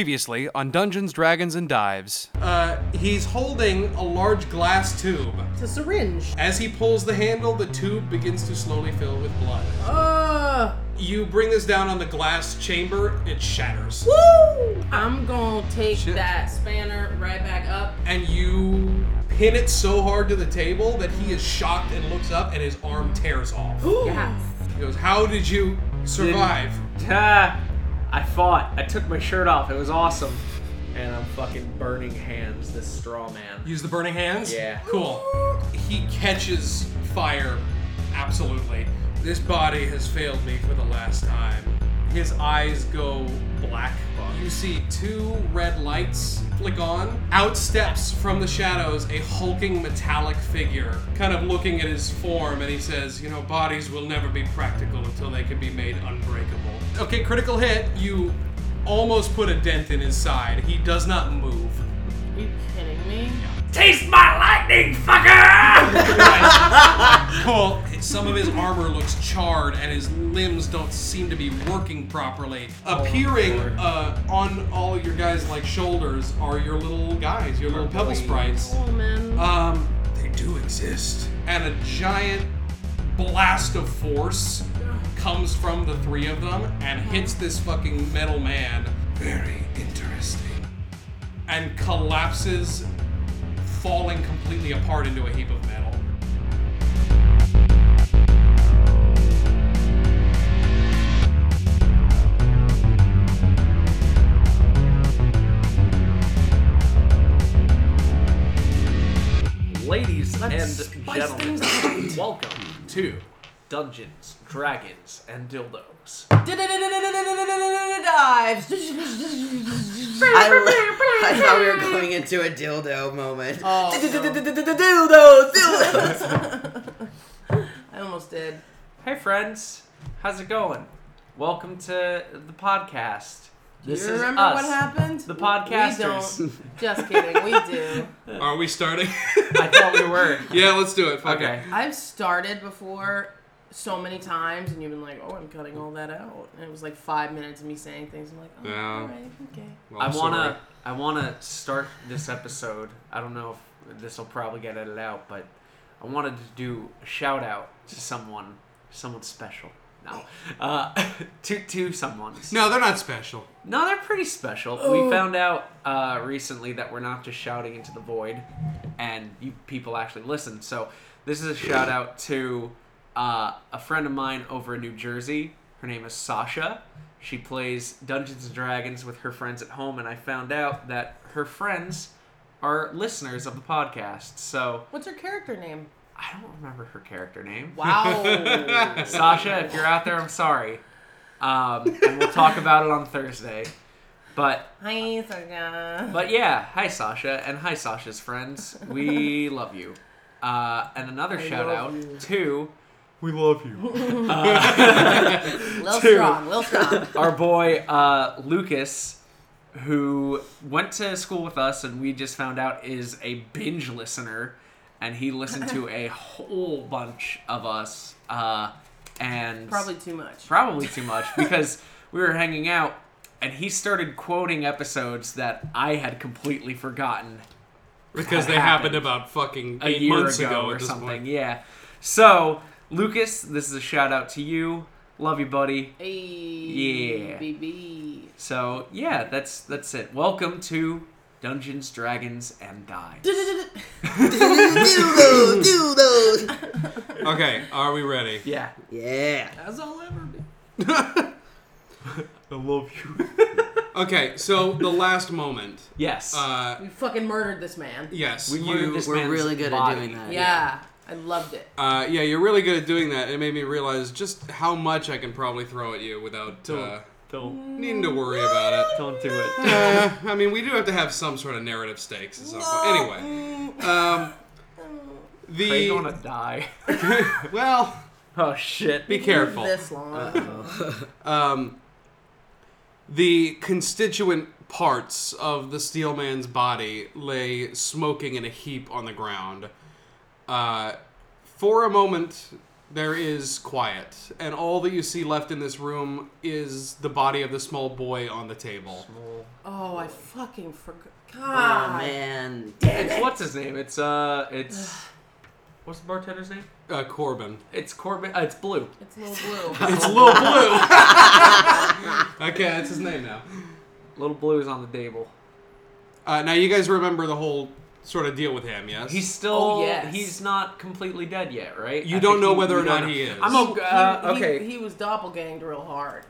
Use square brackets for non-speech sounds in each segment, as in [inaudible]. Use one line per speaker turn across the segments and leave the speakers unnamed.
Previously on Dungeons, Dragons, and Dives.
Uh, he's holding a large glass tube.
It's a syringe.
As he pulls the handle, the tube begins to slowly fill with blood.
Uh,
You bring this down on the glass chamber, it shatters.
woo! I'm gonna take
Shit.
that spanner right back up.
And you pin it so hard to the table that he is shocked and looks up and his arm tears off.
Yes.
He goes, How did you survive?
Ah, I fought. I took my shirt off. It was awesome. And I'm fucking burning hands, this straw man.
Use the burning hands?
Yeah.
Cool. He catches fire, absolutely. This body has failed me for the last time. His eyes go black. You see two red lights flick on. Out steps from the shadows a hulking metallic figure, kind of looking at his form, and he says, You know, bodies will never be practical until they can be made unbreakable. Okay, critical hit. You almost put a dent in his side. He does not move.
Are you kidding me?
Taste my
[laughs]
lightning, fucker!
Well, some of his armor looks charred and his limbs don't seem to be working properly. Appearing
Lord.
uh, on all your guys' like shoulders are your little guys, your little pebble
boys.
sprites.
Oh man.
Um, they do exist. And a giant blast of force comes from the three of them and
Uh-huh.
hits this fucking metal man. Very interesting. And collapses, falling completely apart into a heap of metal.
Ladies
Let's
and
spice
gentlemen, [coughs] welcome
Two.
Dungeons, Dragons, and
Dives.
Dildos.
I, lo- I thought we were going into a dildo moment.
Dildos, dildos. I almost did.
Hey friends, how's it going? Welcome to the podcast. This
you
is
remember
us,
what happened?
The
We
podcasters.
don't. Just kidding. We do.
Are we starting? [laughs]
[laughs] I thought
[laughs]
we were.
yeah, let's do it. Fuck
Okay.
it.
I've started before so many times, and you've been like, "Oh, I'm cutting all that out," and it was like five minutes of me saying things. I'm like, "Oh,
Yeah.
all right, okay."
Well,
I
I'm
wanna
sorry.
I wanna start this episode. I don't know if this will probably get edited out, but I wanted to do a shout out to someone, someone special. No, uh, [laughs] to to someone.
No, they're not special.
No, they're pretty special. We found out uh, recently that we're not just shouting into the void, and you people actually listen. So this is a shout out to uh, a friend of mine over in New Jersey. Her name is Sasha. She plays Dungeons and Dragons with her friends at home, and I found out that her friends are listeners of the podcast. So
What's her character name?
I don't remember her character name.
Wow.
Sasha, if you're out there, I'm sorry. Um, and we'll talk about it on Thursday. But
Hi,
[laughs]
Sasha.
but yeah, hi Sasha and hi Sasha's friends.
[laughs]
We love you. Uh, and another shout
love
out
you.
to we love you.
Lil
two.
strong. Lil
[laughs]
strong.
Our boy uh, Lucas, who went to school with us, and we just found out is a binge listener, and he listened
[laughs]
to a whole bunch of us, uh, and
Probably too much.
probably too much because we were hanging out and he started quoting episodes that I had completely forgotten
Because
That
they happened
happened
about fucking
a
eight
year
months
ago,
ago,
or
at this
something.
point.
Yeah. So, Lucas, this is a shout out to you. Love you, buddy.
Hey,
Yeah.
BB.
So, yeah, that's that's it. Welcome to Dungeons, Dragons, and Dives.
dildo, dildos.
Okay, are we ready?
Yeah.
Yeah.
That's all ever. Be.
I love you.
Okay, so the last moment.
Yes.
Uh,
We fucking murdered this man. Yeah.
yes.
We
you,
murdered this
We're
man's
really good at
body.
doing that.
I loved it.
uh, yeah, you're really good at doing that. It made me realize just how much I can probably throw at you without uh,
Don't
needing to worry about it.
don't do it.
Uh, I mean, we do have to have some sort of narrative stakes at some point. Anyway, um,
Craig
the
gonna die. [laughs]
well,
Oh shit.
be careful.
This long.
um, the constituent parts of the steel man's body lay smoking in a heap on the ground. Uh, for a moment, There is quiet, and all that you see left in this room is the body of the small boy on the table.
Oh, I fucking forgot.
Oh,
God.
man.
It's what's his name? It's uh, it's what's the bartender's name?
Uh, Corbin.
It's Corbin. Uh, it's Blue.
it's a little blue.
It's Lil Blue! okay, that's his name now.
Little Blue is on the table.
Uh, now, you guys remember the whole sort of deal with him, yes?
He's still.
Oh, yes.
He's not completely dead yet, right?
You
I
don't
think
know whether
you
or
don't
not
know.
he is.
I'm o- uh,
He-
okay.
He, he was doppelganged real hard.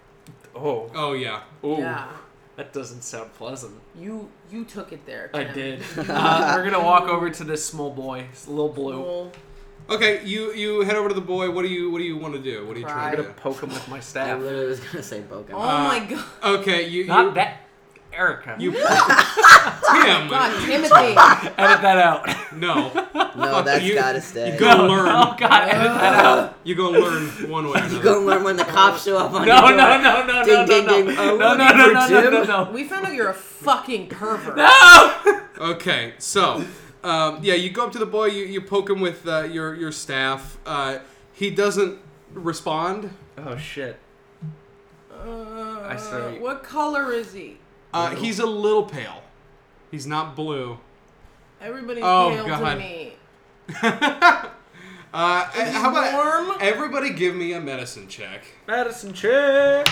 oh.
oh, yeah.
Ooh.
Yeah.
That doesn't sound pleasant.
You you took it there.
I
Tim.
[laughs] did. uh, we're gonna walk over to this small boy, this little
Oh,
blue.
Well,
Okay, you you head over to the boy. What do you what do you want to do? What are you
Cry.
trying to
I'm gonna
do?
poke him with my
I
staff.
literally was gonna say Boca.
Oh my god.
Okay, you you,
[laughs] Not that, Erica. [laughs]
you
You
Tim.
God, Timothy.
edit that out.
No,
[laughs]
no, that's
you-
gotta stay.
you
You
go learn.
Oh God, edit that out.
You go learn one way or another.
go learn when the cops show up
[laughs]
on
No,
your
no,
door.
no, no, no, no,
Ding, ding,
no,
ding.
no,
Oh,
no, no, no, no,
Jim.
no, no,
we found out you're a fucking pervert.
no.
Okay, so um, yeah, you go up to the boy. You, you poke him with uh, your your staff. Uh, he doesn't respond.
Oh shit.
Uh,
I say-
What color is he?
Uh, he's a little pale. He's not blue. [laughs]
Everybody's
Oh,
pale
God.
to me.
Uh, how about
warm?
everybody give me a medicine check?
Madison check.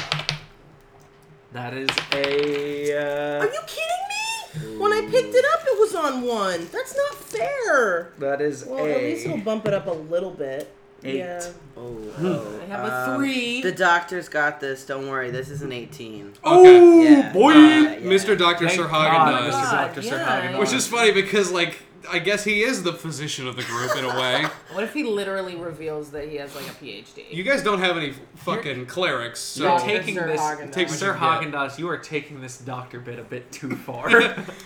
That is a.
Are
Uh,
you kidding me? When I picked it up, it was on one. That's not fair.
that is
Well, at least it'll
a.
bump it up a little bit.
Eight.
Yeah.
Oh, oh,
I have a
um,
three.
The doctor's got this. Don't worry. This is an 18.
Okay.
Yeah,
boy.
yeah, yeah.
Mr. Doctor
Thank
Sir Hagen
God,
does.
Mr.
God,
Doctor Sir
yeah,
Hagen.
yeah.
Which is funny because, like, I guess he is the physician of the group in a way.
What if he literally reveals that he has like a PhD?
you guys don't have any fucking clerics, so
You're
No,
taking
Sir
this,
Hagen
Take does.
Sir
what you
Hagen does. You are taking this doctor bit a bit too far.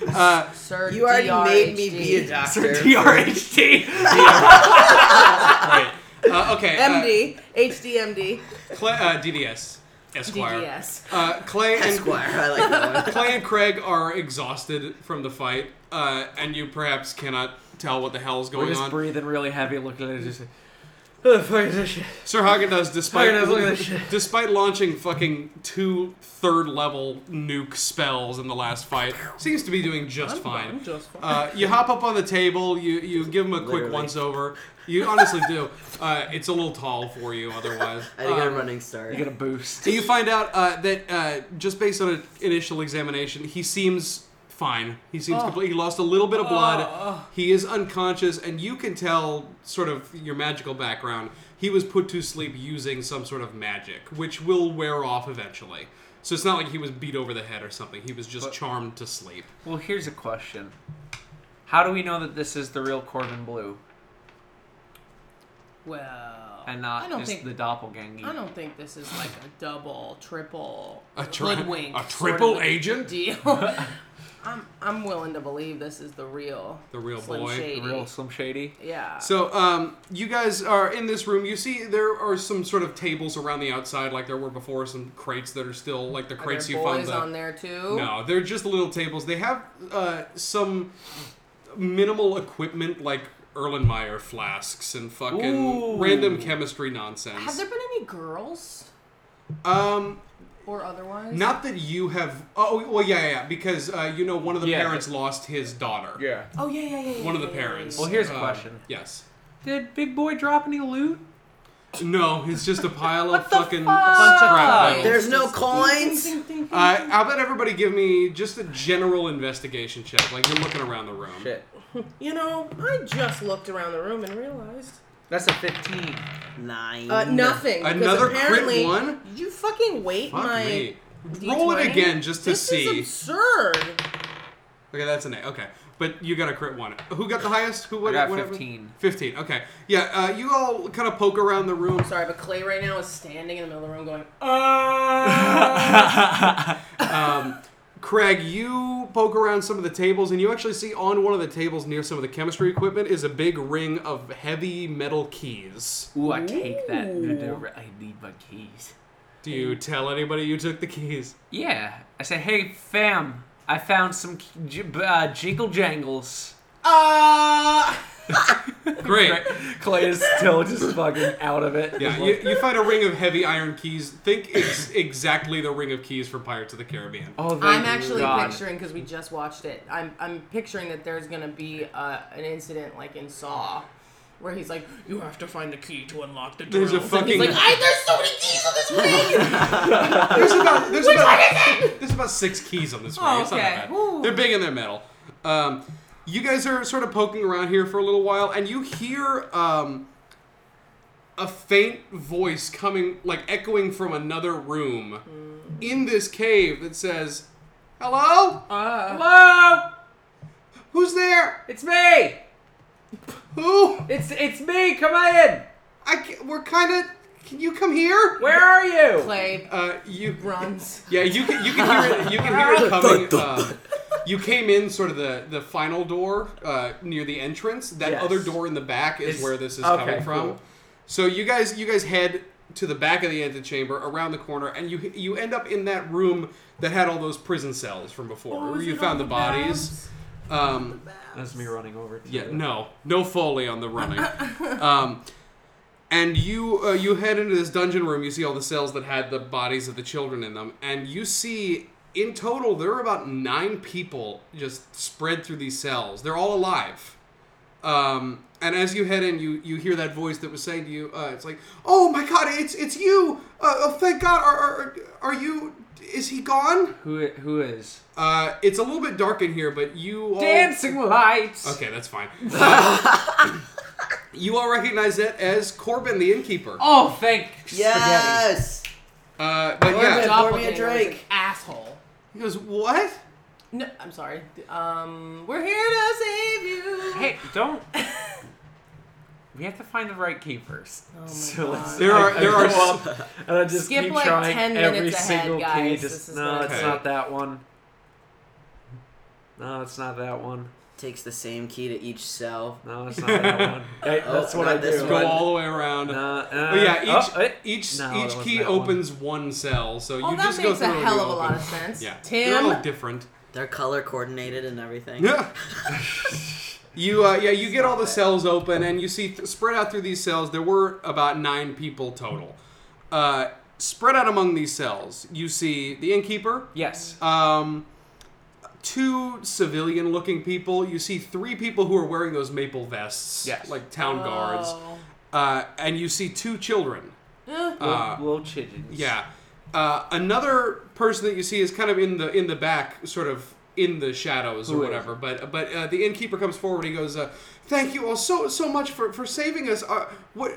uh,
Sir,
You already made me
DRHD.
be a
[laughs]
doctor.
Sir [laughs] DRHD.
right. Uh, okay. uh,
MD, HDMD,
Clay, uh, DDS Esquire.
DDS.
Uh, Clay and
Esquire. I like that one.
[laughs] Clay and Craig are exhausted from the fight, uh, and you perhaps cannot tell what the hell is
We're
going
just
on.
breathing really heavy, looking at it, just. like, Who the fuck is this shit?
Sir Hagen does, despite
Hagen does, look at this shit.
despite launching fucking two third level nuke spells in the last fight, seems to be doing just fine.
just fine.
Uh, you hop up on the table. You you give him a quick
Literally.
once over. You honestly do. Uh, it's a little tall for you otherwise.
I think
Um,
I'm running start.
You get a boost.
So you find out uh, that uh, just based on an initial examination, he seems fine. He
Oh.
seems complete. He lost a little bit of blood. He is unconscious, and you can tell, sort of, your magical background. He was put to sleep using some sort of magic, which will wear off eventually. So it's not like he was beat over the head or something. He was just charmed to sleep.
Well, here's a question. How do we know that this is the real Corbin Blue
Well,
and not
I don't
just
think
the doppelganger?
I don't think this is like a double, triple,
A, tri-
hoodwink
a
sort of
triple agent? [laughs]
deal. I'm I'm willing to believe this is the real,
The real
Slim
boy.
Shady.
The real Slim Shady?
Yeah.
So, um, you guys are in this room. You see there are some sort of tables around the outside, like there were before. Some crates that are still like the
Are there
crates you found.
boys
the-
on there too.
no, they're just little tables. They have uh, some minimal equipment, like Erlenmeyer flasks and fucking
Ooh.
random chemistry
Have
nonsense.
there been any girls
um,
or otherwise?
not that you have. Oh, well, yeah, yeah, yeah, because uh, you know one of the
Yeah.
parents lost his daughter.
Yeah.
Oh yeah, yeah, yeah. yeah,
One of
yeah,
the
yeah, yeah,
parents.
Well, here's a
Um,
question.
Yes.
Did Big Boy drop any loot?
No, it's just a pile of
the
fucking
fuck? A
scrap
bunch of
metal.
Uh, There's no
yeah.
coins.
Ding, ding, ding.
Uh, how about everybody give me just a general investigation check? Like you're looking around the room.
You know, I just looked around the room and realized
That's a 15.
Nine.
uh, nothing. because
Another
apparently
crit one.
Did you fucking wait
Fuck
my
me. Roll it
D20?
again just to
this
see.
Is absurd.
Okay, that's an A. Okay, but you got a crit one. Who got the highest? Who what,
I got
what happened?
15.
Fifteen. Okay. Yeah. Uh, you all kind of poke around the room.
Sorry, but Clay right now is standing in the middle of the room going,
Um, Craig, you poke around some of the tables, and you actually see on one of the tables near some of the chemistry equipment is a big ring of heavy metal keys.
Ooh, I take that.
Ooh.
I need my keys.
Do you tell anybody you took the keys?
Yeah. I say, hey, fam, I found some k- j- uh, jingle jangles.
[laughs]
"Ah!"
Great.
[laughs] Clay is still just fucking out of it.
Yeah,
He's
you,
like,
you find a ring of heavy iron keys. Think ex- exactly the ring of keys from Pirates of the Caribbean.
oh, thank
I'm actually
God.
picturing because we just watched it. I'm I'm picturing that there's gonna be uh, an incident like in Saw, where he's like, "You have to find the key to unlock the
There's
drills."
a
and he's
fucking-
like, I, "There's so many keys on this ring."
There's
"Ah,
about there's about there's about six keys on this ring.
Oh,
it's not that
okay.
bad.
Woo.
They're big and they're metal. Um, you guys are sort of poking around here for a little while, and you hear um, a faint voice coming, like echoing from another room
Mm.
in this cave that says, "Hello,
Uh,
Hello,
who's there?
it's me.
Who?
It's it's me. Come on in.
I ca- we're kind of. Can you come here?
Where are you?
Clay
Uh, you
runs.
Yeah, you can you can hear it. You can hear it coming. Uh, you came in sort of the the final door uh, near the entrance. That
Yes.
other door in the back is
It's-
where this is
okay,
coming from.
cool.
So you guys you guys head to the back of the antechamber around the corner, and you you end up in that room that had all those prison cells from before, where you found the, bodies. Um,
That's me running over. To
yeah, no, no foley on the running. um, and you uh, you head into this dungeon room. You see all the cells that had the bodies of the children in them, and you see in total there are about nine people just spread through these cells. They're all alive. Um, and as you head in, you you hear that voice that was saying to you, uh, "It's like, oh my God, it's it's you! Uh, oh, thank God! Are, are are you? Is he gone?
Who who is
Uh, it's a little bit dark in here, but you all...
dancing lights?
Okay, that's fine.
[laughs]
[coughs] you all recognize that as Corbin the innkeeper.
Oh, thank spaghetti.
Yes.
Uh, but
Oh,
yeah,
Corbin. Pour me a
Doppelganger was
drink.
an asshole.
he goes, "What?
No, I'm sorry. Um, we're here to save you.
Hey, don't. we have to find the right key first.
Oh my
so let's-
God.
There are-
I- I
there
[laughs]
are
go
s-
up and I just
Skip
keep
like
trying
10
every
minutes ahead,
single key.
guys. This
Just
is
no,
gonna
it's
take-
not that one. No, it's not that one.
Takes the same key to each cell.
No, it's not that [laughs] one. Hey,
Oh,
that's what
not
I
this
do.
Go
one.
all the way around."
No, uh,
But yeah, each
oh, eh.
each
No, it
each
wasn't
key
that one.
opens one. cell, so
Oh,
you
that
just go
makes
through.
a
and
hell
you
of a lot
open.
of sense.
Yeah,
Tim?
they're all
[laughs]
different.
They're color coordinated and everything.
Yeah. You uh, yeah you get all the cells open and you see th- spread out through these cells there were about nine people total. Uh, spread out among these cells you see the innkeeper,
Yes.
um, two civilian looking people. You see three people who are wearing those maple vests,
Yes.
like town guards,
Oh.
uh, and you see two children.
Eh,
Uh,
Little chickens.
yeah, uh, another person that you see is kind of in the in the back, sort of in the shadows
Who
or
is
whatever. But but uh, the innkeeper comes forward. He goes, uh, "Thank you all so so much for for saving us. Uh, what?"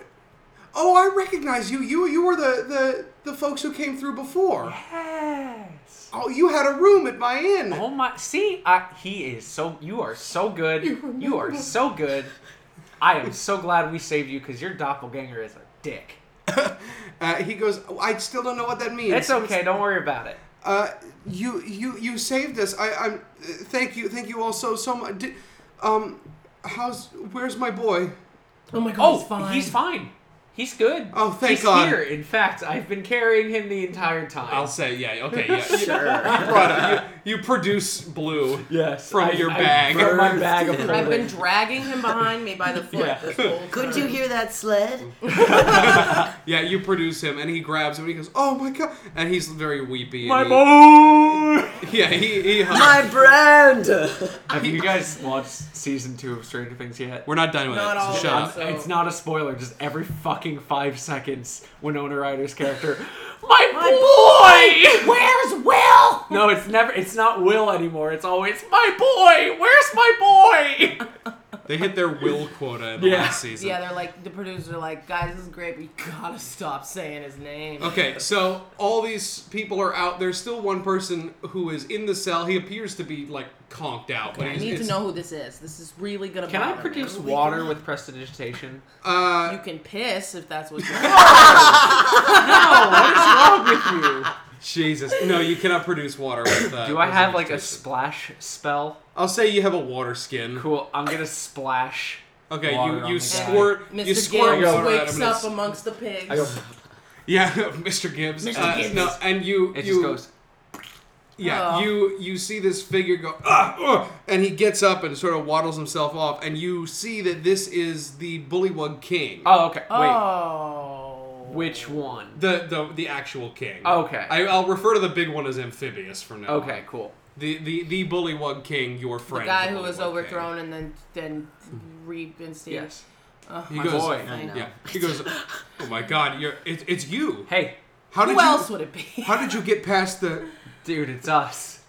Oh, I recognize you. You you were the, the, the folks who came through before.
Yes.
Oh, you had a room at my inn. [laughs]
Oh my! See, I, he is so. You are so good. You are so good. I am so glad we saved you because your doppelganger is a dick.
Uh, he goes, I still don't know what that means.
It's okay. Don't worry about it.
Uh, you you you saved us. I I'm uh, thank you thank you all so so much. Did, um, how's where's my boy?
oh my god,
Oh,
he's fine.
He's good.
Oh, thank
he's
God.
here. In fact, I've been carrying him the entire time.
I'll say yeah okay yeah. You, [laughs]
Sure.
you, you produce blue.
yes,
from
I-
your
I
bag.
brought [laughs] my bag of
I've been
holding.
dragging him behind me
[laughs]
by the foot
Yeah.
this whole time.
Couldn't you hear that sled?
Yeah, you produce him and he grabs him and he goes, oh my god, and he's very weepy. and
my
he-
boy.
Yeah, he he. hugs.
My brand.
Have you guys watched season two of Stranger Things yet?
We're not done with
Not
it.
all
So
of
shut
them.
up.
So-
It's not a spoiler. Just every fucking five seconds, Winona Ryder's character, my, boy, where's Will? No, it's never. It's not Will anymore. It's always my boy. Where's my boy?
They hit their will quota in the
Yeah.
last season.
Yeah, they're like the producers are like, guys, this is great, but you gotta stop saying his name.
Okay, so all these people are out. There's still one person who is in the cell. He appears to be like conked out, but
I
he's,
need to
it's-
know who this is. This is really gonna.
Can I
bother me.
produce water with prestidigitation?
Uh,
You can piss if that's
[laughs]
what you want.
No, what is wrong with you?
Jesus, no, you cannot produce water. With, uh,
Do I have like a
prestidigitation.
splash spell?
I'll say you have a water skin.
Cool. I'm gonna splash.
Okay,
Water
you
on
you
the guy.
squirt. You
Mr.
squirt
Gibbs
water at him.
wakes
and
up
it's-
amongst the pigs.
I go.
[laughs] yeah, [laughs] Mr. Gibbs.
Mr.
Uh,
Gibbs.
No, and you
It
you
just goes.
Yeah,
Ugh.
you you see this figure go, ah, ugh," and he gets up and sort of waddles himself off, and you see that this is the Bullywug King,
Oh, okay. Wait,
Oh.
which one?
the the the actual king.
Okay.
I, I'll refer to the big one as amphibious from now. on.
Okay, cool.
The the the Bullywug King, your
the
friend.
guy who
Bullywug
was
King.
overthrown and then then reinstated.
Yes.
He
My
goes,
boy.
I know.
yeah. He goes, oh my God, you're it, it's you.
Hey,
How did
Who
you?
else would
[laughs]
it be?
How did you get past the?
dude, it's us.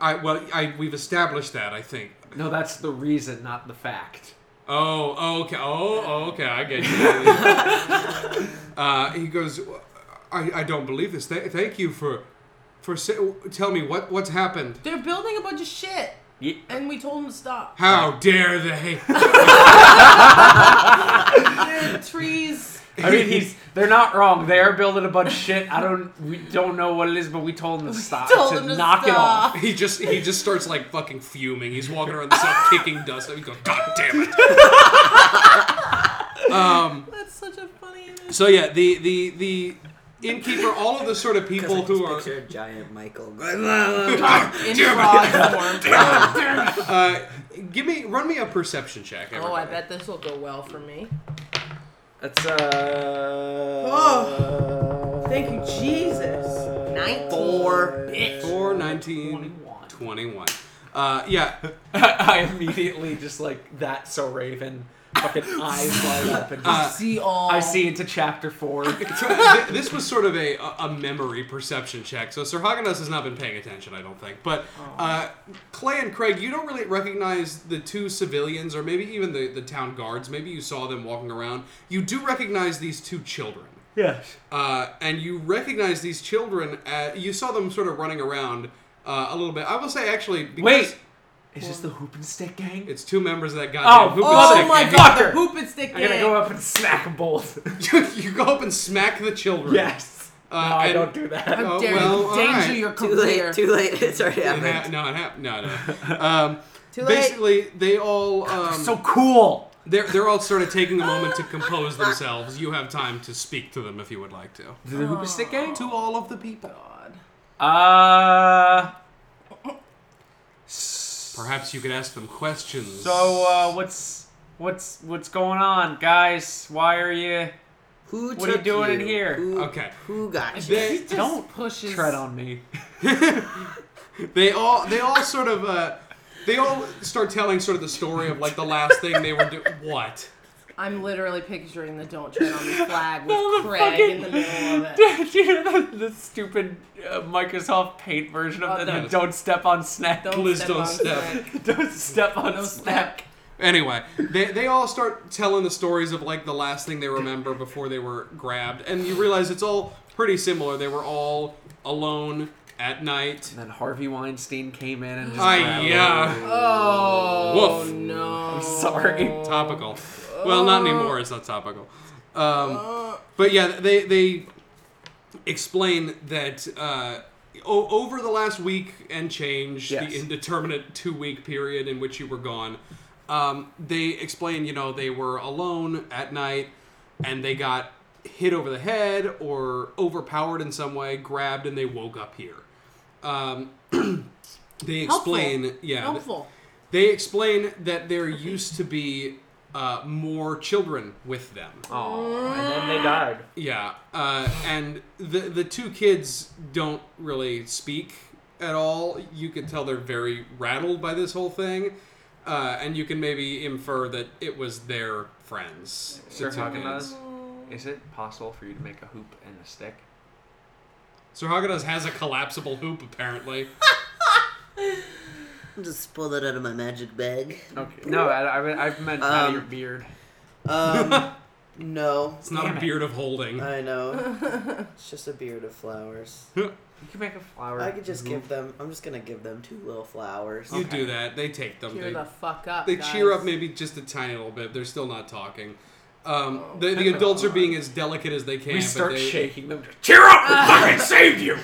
I well, I we've established that I think.
No, that's the reason, not the fact.
Oh, oh, okay. Oh, oh, okay. I get you. [laughs] uh, he goes, I, I don't believe this. Th- thank you for, for sa- tell me what what's happened.
They're building a bunch of shit,
[laughs] Ye-
and we told them to
[laughs]
stop.
How dare they?
They're trees.
I mean, he's they're not wrong. They are building a bunch of shit. I don't we don't know what it is, but we told them to stop
told
to
them to
knock
[laughs]
stop.
he just he just starts like fucking fuming. He's walking around the
[laughs]
set kicking dust. And he goes, God damn it.
That's such a funny. image.
So yeah, the the the innkeeper, all of the
[laughs]
sort of people
Because I
who
just
are
picture giant Michael. going,
In [laughs] frog form.
uh, give me run me a perception check.
Oh, I
everybody.
bet this will go well for me.
it off. That's uh.
Oh, Thank you, Jesus. Nineteen.
Four.
Bitch.
Four, 19,
21.
21. Uh, yeah,
[laughs] I immediately just like that's so Raven. Fucking eyes light up and just,
See all.
I see into chapter [laughs] four.
So, th- this was sort of a, a a memory perception check. So Sir Haganas has not been paying attention, I don't think. But
Oh.
uh, Clay and Craig, you don't really recognize the two civilians, or maybe even the, the town guards. Maybe you saw them walking around. You do recognize these two children.
Yes.
Uh, and you recognize these children. At, you saw them sort of running around uh, a little bit. I will say, actually, because
Wait, is this the Hoop and Stick gang?
it's two members of that
Oh,
goddamn hoop
Oh
and
my
stick.
god, the
Fucker.
hoop and stick.
I'm gonna
gang.
go up and smack 'em both.
[laughs] you go up and smack the children.
[laughs] yes.
Uh,
no, I
and-
don't do that.
How
Oh,
dare
well,
you endanger
alright.
your
too
career?
late. Too late. [laughs] It's already
It ha-
happened.
no, it happened. No,
[laughs]
no. Um,
Too late.
basically, they all um,
[laughs] So cool.
They're, they're all sort of taking a moment to compose themselves. You have time to speak to them if you would like to.
The Hoop and Stick gang.
To all of the people.
God.
Uh.
Perhaps you could ask them questions.
So uh, what's what's what's going on, guys? Why are you?
Who
What are you
took
doing in here?
Who,
Okay.
Who got you?
They,
Just pushes.
tread on me.
they all they all sort of uh, they all start telling sort of the story of like the last thing they were doing. What?
I'm literally picturing the "Don't Tread on Me" flag
[laughs]
with
No, the
Craig in the
fucking-
middle of it.
[laughs] Dude, you know the, the stupid uh, Microsoft Paint version of
Oh,
the, the
no.
"Don't step on snack."
Don't
Please
step
don't
on
step.
Craig.
[laughs] Don't step on
No
snack.
snack.
Anyway, they, they all start telling the stories of like the last thing they remember before they were grabbed, and you realize it's all pretty similar. They were all alone at night.
And then Harvey Weinstein came in and just.
I
grabbed
yeah.
Oh
Woof.
no!
him. Sorry.
Oh.
topical. Well, not anymore. It's not topical. Um, but yeah, they they explain that uh, o- over the last week and change,
Yes.
the indeterminate two week period in which you were gone, um, they explain you know they were alone at night and they got hit over the head or overpowered in some way, grabbed, and they woke up here. Um, [clears throat] they
Helpful.
explain yeah th-
Helpful.
they explain that there used to be uh, more children with them.
Oh, and then they died.
Yeah, uh, and the the two kids don't really speak at all. You can tell they're very rattled by this whole thing, uh, and you can maybe infer that it was their friends. the
Sir
two
Haganas,
kids.
is it possible for you to make a hoop and a stick?
Sir Haganas has a collapsible hoop
[laughs]
apparently.
Just pull that out of my
[laughs]
magic bag.
Okay. No, I, I, I've meant out of
Um,
your beard.
Um, no.
It's not
Damn
a
it.
beard of holding.
I know. It's just a beard of flowers.
You can make a flower.
I could just
hoop.
give them. I'm just gonna give them two little flowers.
You do that. They take them.
Cheer
They,
the fuck up.
they cheer
guys.
up maybe just a tiny little bit. They're still not talking. Um, the, the adults are being as delicate as they can.
We
but
start
they-
shaking them. Cheer [laughs] up! We fucking saved you!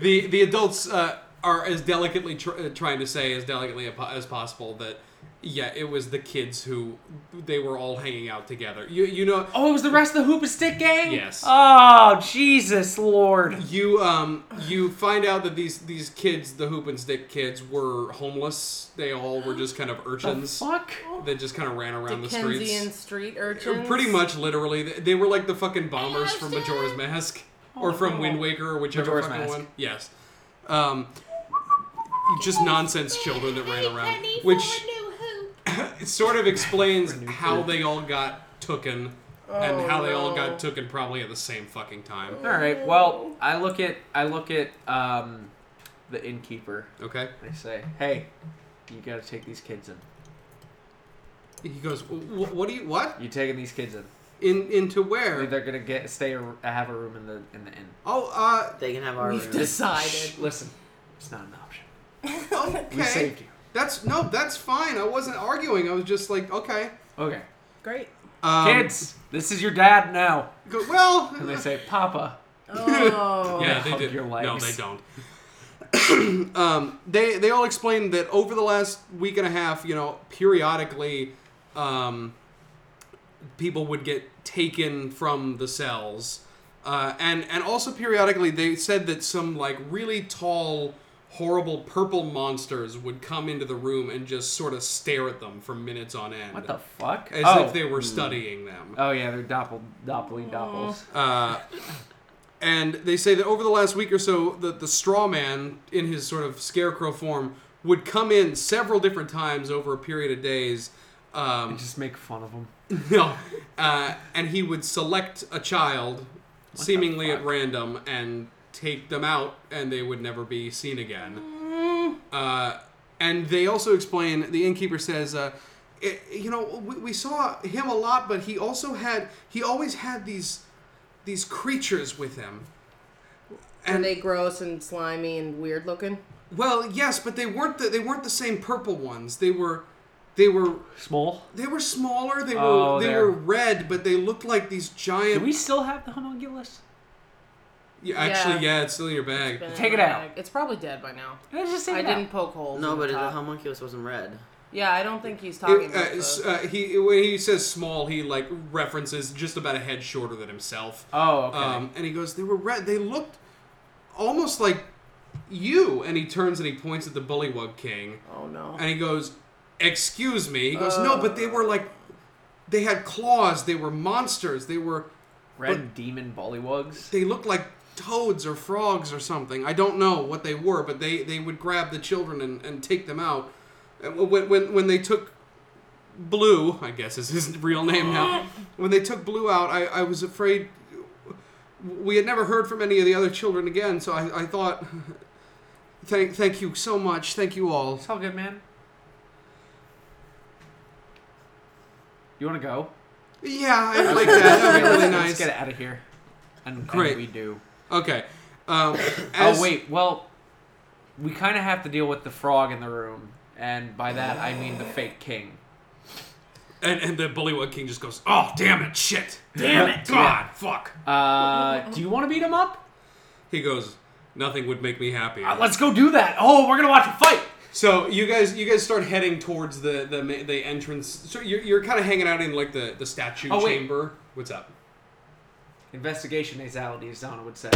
The the adults uh, are as delicately tr- uh, trying to say as delicately apo- as possible that Yeah, it was the kids who they were all hanging out together. You you know
Oh, it was the rest of the Hoop Stick gang?
Yes.
Oh, Jesus Lord.
you um you find out that these these kids, the hoop and stick kids, were homeless. They all were just kind of urchins
Fuck.
that just kind of ran around the
Dickensian
streets.
street urchins.
Pretty much literally, they, they were like the fucking bombers from Majora's Mask or from Wind Waker or whichever
Majora's
fucking
Mask.
one. Yes. Um just nonsense children that ran around, which it sort of explains how they all got tooken and how they all got tooken probably at the same fucking time.
All right. Well, I look at I look at um, the innkeeper.
Okay.
I say, hey, you got to take these kids in.
He goes, "Wh- "What do you what?
You taking these kids in?
In into where?
They're gonna get stay or have a room in the in the inn.
Oh, uh,
They can have our
We've
room.
decided.
Listen, it's not an option.
okay.
We saved you.
That's no, that's fine. I wasn't arguing. I was just like, okay.
Okay,
Great.
Um,
kids, this is your dad now.
go- well,
And they say, Papa.
Oh.
yeah,
Hug your
No, they
legs.
don't.
[coughs]
um, they they all explained that over the last week and a half, you know, periodically, um, people would get taken from the cells, uh, and and also periodically they said that some like really tall, horrible purple monsters would come into the room and just sort of stare at them for minutes on end,
What the fuck?
as
oh.
if they were studying them.
Oh yeah, they're doppel doppely doppels.
Uh, and they say that over the last week or so, the, the straw man, in his sort of scarecrow form, would come in several different times over a period of days.
[laughs]
Um, [laughs]
Just make fun of them.
no, uh, and he would select a child, seemingly at random, and take them out, and they would never be seen again. Uh, and they also explain. The innkeeper says, uh, it, "You know, we, we saw him a lot, but he also had he always had these these creatures with him."
Are they gross and slimy and weird looking?
Well, yes, but they weren't the, they weren't the same purple ones. They were they were
Small.
they were smaller. They were
Oh,
they
they're-
were red, but they looked like these giant.
Do we still have the homunculus?
Yeah, actually,
Yeah.
yeah, it's still in your bag.
Take it out.
It's probably dead by now.
Let's just say
I
no.
didn't poke holes.
No,
in the
but the
top.
homunculus wasn't red.
yeah, I don't think he's talking
It, uh,
about
s-
the-
uh, he when he says small, he like references just about a head shorter than himself.
Oh, okay.
Um, and he goes, "They were red. They looked almost like you." And he turns and he points at the Bullywug King,
Oh no. Uh.
and he goes, "Excuse me." He goes, "No, but they were like, they had claws. They were monsters. They were,
Red demon bullywugs.
they looked like." toads or frogs or something i don't know what they were but they they would grab the children and, and take them out And when, when when they took Blue, I guess is his [laughs] real name now. When they took Blue out, I, I was afraid. We had never heard from any of the other children again, so I, I thought. Thank, thank you so much. Thank you all.
It's all good, man. You want to [laughs] go?
Yeah, I like that. That was really
Let's
nice.
get out of here. And, and
Great.
we do.
Okay. Um, as-
oh wait, well, we kind of have to deal with the frog in the room, and by that I mean the fake king.
And, and the Bullywug King just goes, oh, damn it, shit. Damn it. God, fuck.
Uh, do you want to beat him up?
He goes, nothing would make me happier.
Uh, let's go do that. Oh, we're gonna watch a fight.
So you guys, you guys start heading towards the the, ma- the entrance. So you're, you're kind of hanging out in like the the statue
Oh, wait.
chamber. What's up?
Investigation nasality, as Donna would say.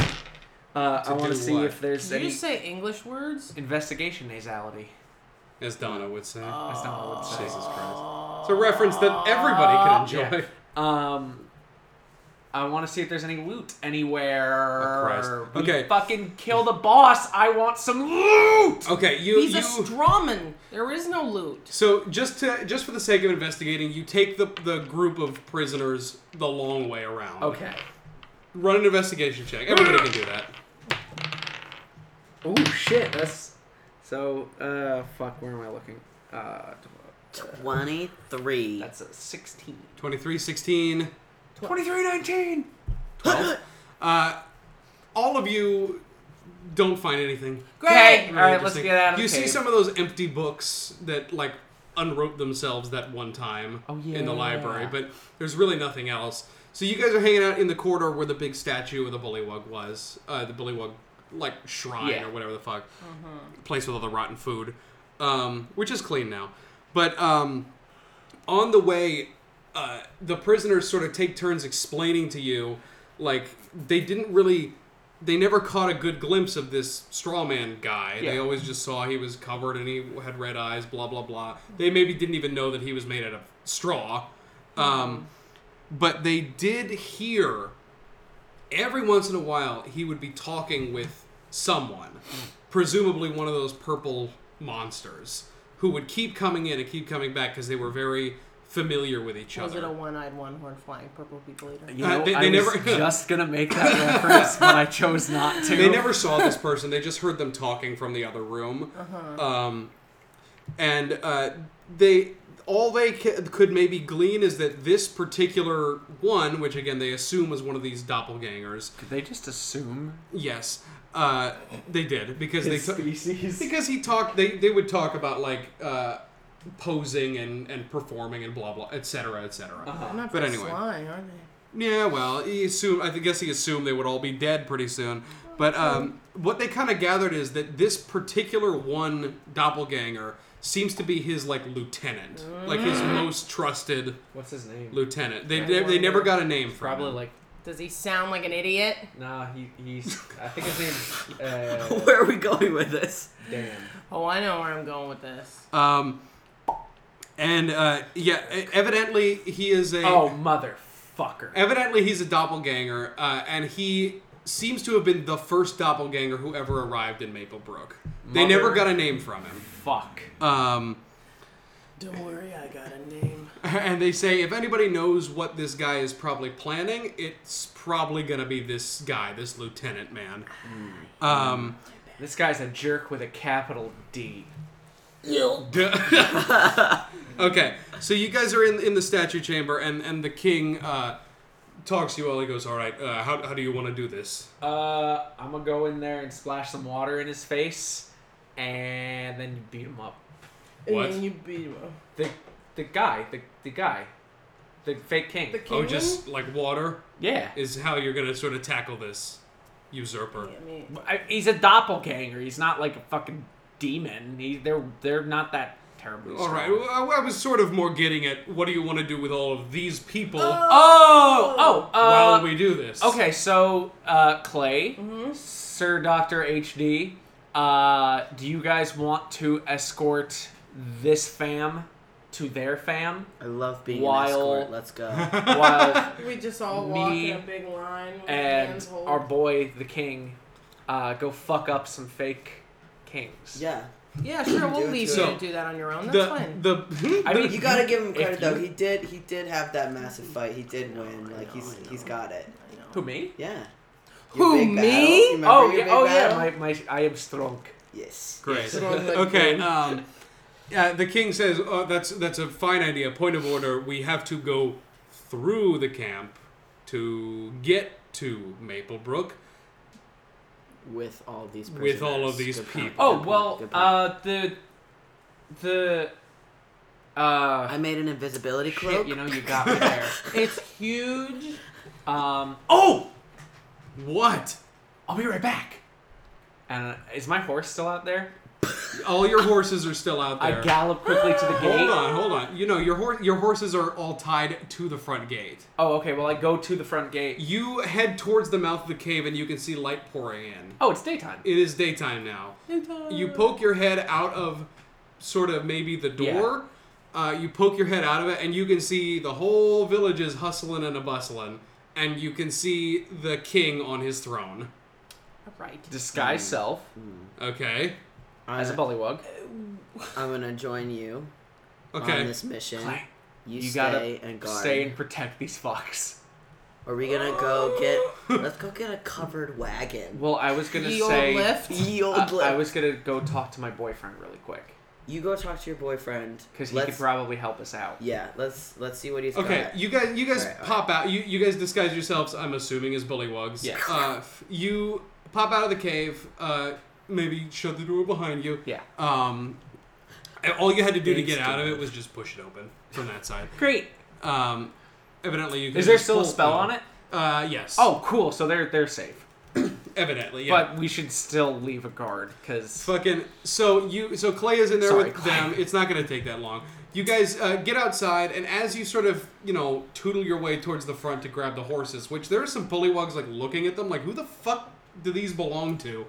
Uh, I want
do
to see
what?
if there's
Did you
any
just say English words?
investigation nasality.
As Donna would say.
As Donna would say.
Jesus Christ! It's a reference that everybody can enjoy.
Um, I want to see if there's any loot anywhere.
Oh, Christ.
We
Okay.
fucking kill the boss. I want some loot.
Okay, you
He's
you.
a strawman. There is no loot.
so just to just for the sake of investigating, you take the the group of prisoners the long way around.
Okay.
Run an investigation check. Everybody can do that.
Oh shit. That's so. Uh, fuck. Where am I looking? Uh,
23.
that's a sixteen.
23, 16,
Twenty-three, nineteen.
Uh, all of you don't find anything.
Great. All
Really
right. Let's
interesting.
get out of
You
the
see
cave.
some of those empty books that like unwrote themselves that one time
Oh,
in the
yeah.
library, but there's really nothing else. So you guys are hanging out in the corridor where the big statue of the bullywug was, uh, the bullywug like shrine
Yeah. Mm-hmm.
or whatever the fuck place with all the rotten food, um, which is clean now. But um, on the way, uh, the prisoners sort of take turns explaining to you, like they didn't really, they never caught a good glimpse of this straw man guy. They
Yeah.
always just saw he was covered and he had red eyes, blah blah blah. They maybe didn't even know that he was made out of straw. Um, but they did hear every once in a while he would be talking with someone, presumably one of those purple monsters, who would keep coming in and keep coming back because they were very familiar with each
Was
other.
it a one-eyed, one-horned, flying purple people eater?
You
Uh,
know,
they-
I
they
was
never-
just gonna make [laughs] that reference, but I chose not to.
they never saw
[laughs]
this person. They just heard them talking from the other room.
Uh-huh.
Um, and uh, they all they ca- could maybe glean is that this particular one, which again they assume was one of these doppelgangers.
Did they just assume
Yes, uh, they did because
his
they took.
species?
because he talked they, they would talk about like uh, posing and, and performing and blah blah etc etc
Uh-huh.
They're not
But
very
anyway.
sly, are they?
yeah well he assumed i guess he assumed they would all be dead pretty soon but um, what they kind of gathered is that this particular one doppelganger seems to be his like lieutenant like his
Mm.
most trusted
What's his name?
lieutenant they, they, they never got a name for
Probably like
Does he sound like an idiot?
nah. He he's. I
[laughs]
think his name. Uh,
[laughs] Where are we going with this?
damn.
Oh, I know where I'm going with this.
um, and uh, yeah evidently he is a
Oh motherfucker.
Evidently, he's a doppelganger, uh, and he seems to have been the first doppelganger who ever arrived in Maplebrook. They
Mother-
never got a name from him.
Fuck.
Um, [laughs]
Don't worry, I got a name.
and they say if anybody knows what this guy is probably planning, it's probably going to be this guy, this lieutenant man. Um, [laughs]
This guy's a jerk with a capital D.
okay, so you guys are in in the statue chamber, and and the king uh, talks to you all. He goes, "All right, uh, how how do you want to do this?"
Uh, I'm gonna go in there and splash some water in his face, and then you beat him up.
What?
And then you beat him. up.
The the guy, the the guy, the fake king.
The king?
Oh, just like water.
yeah.
is how you're gonna sort of tackle this usurper.
I mean,
I- He's a doppelganger. He's not like a fucking demon. He, they're they're not that terribly.
All
Strong.
right, well, I I was sort of more getting at what do you want to do with all of these people
Oh oh. Uh,
while we do this? [laughs]
okay, so uh, Clay,
Mm-hmm.
Sir Doctor HD, uh, do you guys want to escort this fam to their fam
I love being
While-
an escort. Let's go.
[laughs]
[laughs]
while?
we just all walk
Me
in a big line with
and
hands hold.
our boy the king uh, go fuck up some fake kings.
yeah.
yeah, sure, we'll leave you
So,
to do that on your own. That's
The
fine.
the hmm?
I mean,
You gotta give him
if
credit
you-
though. He did. He did have that massive fight. He did win.
I
Like
know,
he's
I
he's
know.
got it.
I know.
Who me?
Yeah.
Who,
big battle.
me?
You remember
Oh
your
yeah,
big
oh yeah,
battle?
my, my I am strong.
Yes.
great.
Strong leg
okay,
bone.
um, yeah, the king says oh, that's that's a fine idea. Point of order: we have to go through the camp to get to Maplebrook.
With all of these.
With all of
prisoners.
these
Good point,
people.
Oh
good point,
well,
good point.
uh, the the uh,
I made an invisibility cloak.
shit, you know, you got me there.
[laughs]
It's huge.
Um,
Oh, what?
I'll be right back. And uh, is my horse still out there?
All your horses are still out there.
I gallop quickly
[gasps]
to the gate.
Hold on, hold on. You know your hor- your horses are all tied to the front gate.
Oh, okay. Well, I go to the front gate.
You head towards the mouth of the cave and you can see light pouring in.
Oh, it's daytime.
It is daytime now. You poke your head out of sort of maybe the door. Uh, you poke your head out of it and you can see the whole village is hustling and a bustling. And you can see the king on his throne.
Right.
Disguise self
Okay.
I'm,
as a bullywug.
I'm gonna join you
Okay.
on this mission.
Clay,
You,
you gotta
stay and guard.
Stay and protect these fucks.
Are we gonna go get? Let's go get a covered wagon.
Well, I was gonna
Ye old
say
lift.
Ye olde
I- I
lip.
was gonna go talk to my boyfriend really quick
You go talk to your boyfriend.
because he
let's,
could probably help us out.
Yeah, let's let's see what he's
Okay,
got.
you guys, you guys
Alright, alright.
pop out. You you guys disguise yourselves. I'm assuming as bullywugs.
Yeah.
Uh, f- you pop out of the cave. Uh, maybe shut the door behind you.
Yeah.
Um, and all you had to do to
Thanks,
get out of
dude.
it was just push it open from that side.
Great.
Um, evidently you. Can
Is there
just
still a
pull-
spell on it?
Uh, yes.
Oh, cool. So they're they're safe.
evidently, yeah.
But we should still leave a guard because
Fucking so you so Clay is in there
Sorry,
with
Clay.
them. It's not gonna take that long. You guys uh, get outside, and as you sort of you know tootle your way towards the front to grab the horses, which there are some bullywugs like looking at them, like who the fuck do these belong to?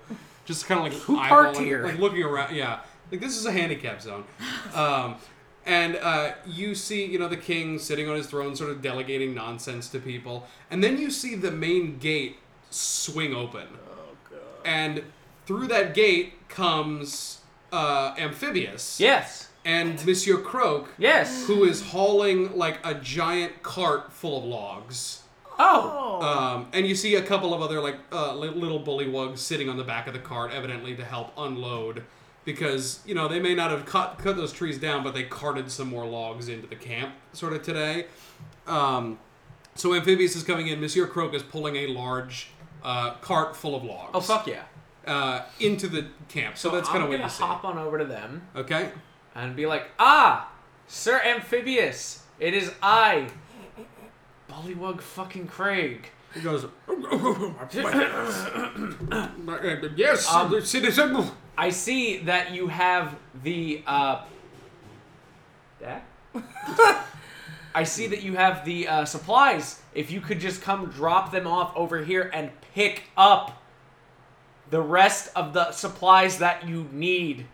Just kind of like
Who parked
eyeballing-
here?
like looking around. Yeah, like this is a handicap zone. Um, and uh, you see you know the king sitting on his throne, sort of delegating nonsense to people, and then you see the main gate swing open and through that gate comes uh, Amphibious
yes,
and Monsieur Croak,
yes.
who is hauling like a giant cart full of logs.
Oh,
Um, and you see a couple of other like uh, li- little bullywugs sitting on the back of the cart, evidently to help unload, because you know they may not have cut cut those trees down, but they carted some more logs into the camp sort of today. Um, so Amphibious is coming in. Monsieur Croak is pulling a large uh, cart full of logs
oh, fuck yeah.
uh, into the camp. So, that's kind
I'm
of what
gonna
you see.
hop on over to them
Okay.
and be like, ah, Sir Amphibious, it is I, Bullywug fucking Craig. [coughs]
He goes. yes,
Um,
citizen.
I see that you have the uh that? [laughs] I see that you have the uh, supplies. If you could just come drop them off over here and pick up the rest of the supplies that you need.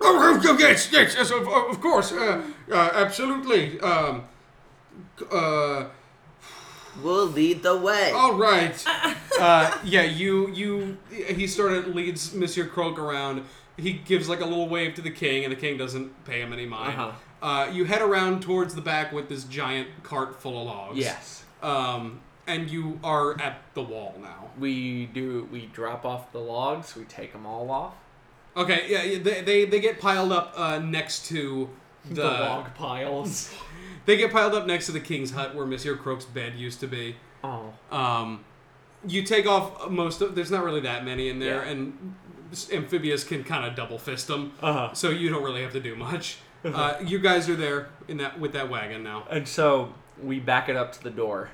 Oh, oh, yes, yes, yes, of, of course, uh, uh, absolutely. Um, uh,
We'll lead the way.
all
[laughs]
right. Uh, yeah, you, you. He sort of leads Monsieur Croak around. He gives like a little wave to the king, and the king doesn't pay him any mind.
Uh-huh.
Uh, you head around towards the back with this giant cart full of logs.
Yes.
Um, and you are at the wall now.
We do we drop off the logs, we take them all off.
Okay, yeah, yeah, they they, they get piled up uh, next to the,
The, [laughs] log piles.
they get piled up next to the king's hut where Monsieur Croak's bed used to be.
oh.
Um, you take off most of there's not really that many in there,
Yeah.
and amphibious can kind of double fist them,
Uh-huh.
so you don't really have to do much. Uh, you guys are there in that with that wagon now.
And so we back it up to the door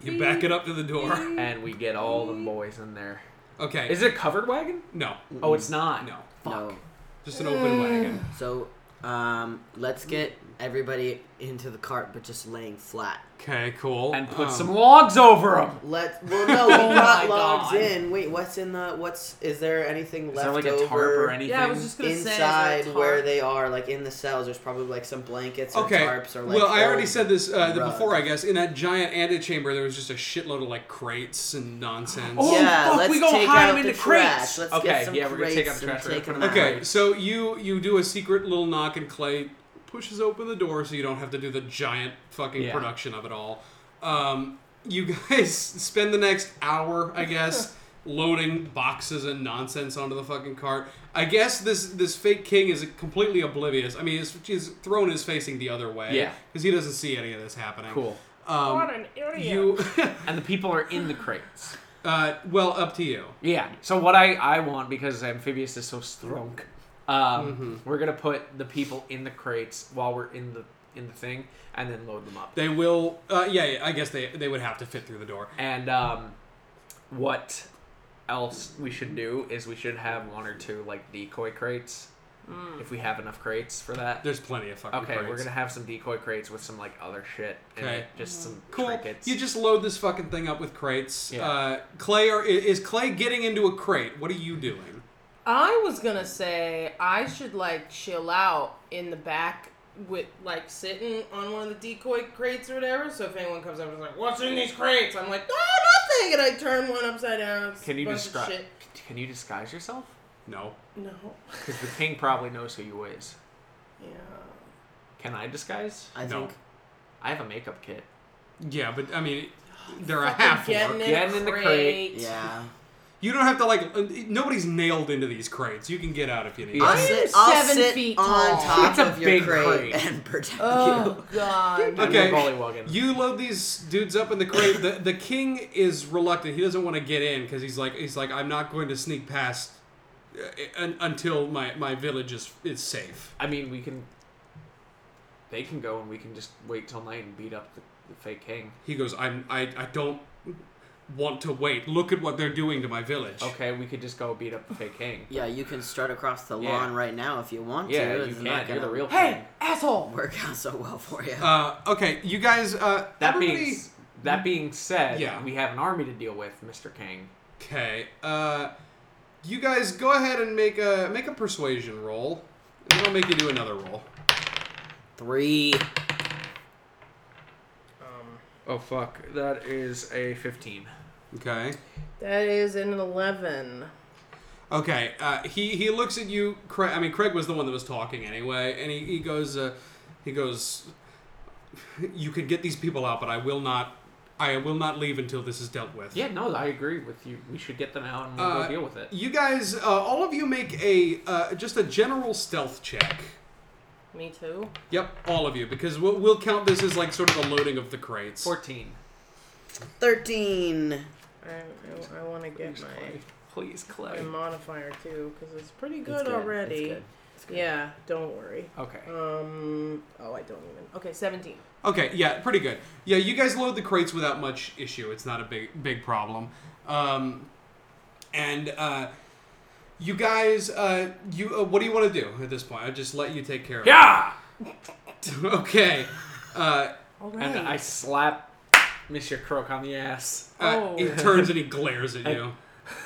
You back it up to the door.
and we get all the boys in there.
Okay,
Is it a covered wagon?
no,
Oh, it's not.
no,
No.
just an open wagon.
So, um, let's get everybody into the cart, but just laying flat.
Okay, cool.
And put
Um,
some logs over them.
Let's. Well, no, we brought
my
logs
God.
in. Wait, what's in the? What's? Is there anything
Is
left
there like
over?
a tarp or anything?
Yeah, I was just gonna say. is there a
inside where
tarp?
they are, like in the cells, there's probably like some blankets or
Okay.
tarps or like.
well, I already
old
said this uh, the-
rugs.
before, I guess. In that giant antechamber, there was just a shitload of like crates and nonsense.
Oh,
yeah,
fuck,
let's
we gonna
take
hide
out
them in
the
the crates.
trash. Let's
Okay,
get some
yeah, we're gonna
crates
take out the trash,
and
we're
take
gonna
them
put
out.
'em
Okay,
Right.
so you you do a secret little knock, and Clay pushes open the door so you don't have to do the giant fucking
Yeah.
production of it all. Um, you [laughs] guys spend the next hour, I guess, loading boxes and nonsense onto the fucking cart. I guess this this fake king is completely oblivious. I mean, his, his throne is facing the other way.
Yeah.
because he doesn't see any of this happening.
Cool.
Um,
What an idiot.
You, [laughs]
And the people are
[sighs]
in the crates.
uh, well, up to you.
Yeah. So what I, I want because amphibious is so strong, um,
Mm-hmm.
we're gonna put the people in the crates while we're in the in the thing, and then load them up.
They will. Uh, yeah, yeah, I guess they they would have to fit through the door.
And um, what else we should do is we should have one or two like decoy crates, if we have enough crates for that.
There's plenty of fucking.
Okay, we're
crates.
gonna have some decoy crates with some like other shit. in
Okay.
it, just some
Cool.
trinkets.
You just load this fucking thing up with crates.
Yeah.
Uh, Clay, or i- is Clay getting into a crate? What are you doing?
I was gonna say I should like chill out in the back with like sitting on one of the decoy crates or whatever. So if anyone comes up and is like, "What's in these crates?" I'm like, "Oh, nothing," and I turn one upside down. it's
Can you
a bunch of
describe?
shit.
Can you disguise yourself?
No.
No.
[laughs] Because the king probably knows who you is.
Yeah.
Can I disguise?
I
No.
think.
I have a makeup kit.
Yeah, but I mean, they're a
Fucking
half
getting
orc.
in,
Getting
a
in the crate.
crate.
Yeah.
You don't have to like. uh, Nobody's nailed into these crates. You can get out if you need.
I'll
I am
sit, I'll
seven
sit
feet
on
tall.
top
It's a
of your
big
crate,
crate.
and
[laughs]
protect
Oh god.
I'm
Okay.
a bullywugging.
You load these dudes up in the crate. The, the king is reluctant. He doesn't want to get in because he's like he's like I'm not going to sneak past uh, un, until my, my village is is safe.
I mean, we can. They can go, and we can just wait till night and beat up the, the fake king.
He goes I'm I, I don't want to wait. Look at what they're doing to my village.
Okay, we could just go beat up the fake king.
Yeah, you can strut across the
Yeah.
lawn right now if you want
Yeah,
to.
you
It's
can.
not
You're
gonna
the real
Hey,
king.
asshole!
work out so well for you.
Uh, okay, you guys. Uh,
That
everybody-
being s- that being said,
Yeah.
we have an army to deal with, Mr. King.
Okay. Uh, you guys go ahead and make a make a persuasion roll. Then I'll make you do another roll.
Three.
Oh fuck, that is a fifteen.
Okay.
That is an 11.
Okay. Uh, he he looks at you. Craig, I mean, Craig was the one that was talking anyway, and he he goes uh, he goes. You can get these people out, but I will not. I will not leave until this is dealt with.
Yeah, no, I agree with you. We should get them out and we'll
Uh,
go deal with it.
You guys, uh, all of you, make a uh, just a general stealth check.
Me too.
Yep, all of you, because we'll, we'll count this as like sort of a loading of the crates.
Fourteen.
Thirteen.
I, I, want to get my,
Please,
my
Clay.
modifier too, because it's pretty
It's
good, already.
It's good. It's good.
Yeah, don't worry.
Okay.
Uh,
Um. Oh, I don't even. Okay, 17.
Okay, yeah, pretty good. Yeah, you guys load the crates without much issue. It's not a big big problem. Um, and uh, you guys, uh, you uh, what do you want to do at this point? I'll just let you take care of
Yeah.
it. [laughs] okay. Uh,
All right.
And I slap Monsieur Croak on the
[laughs]
ass.
uh,
Oh.
He turns and he glares at you.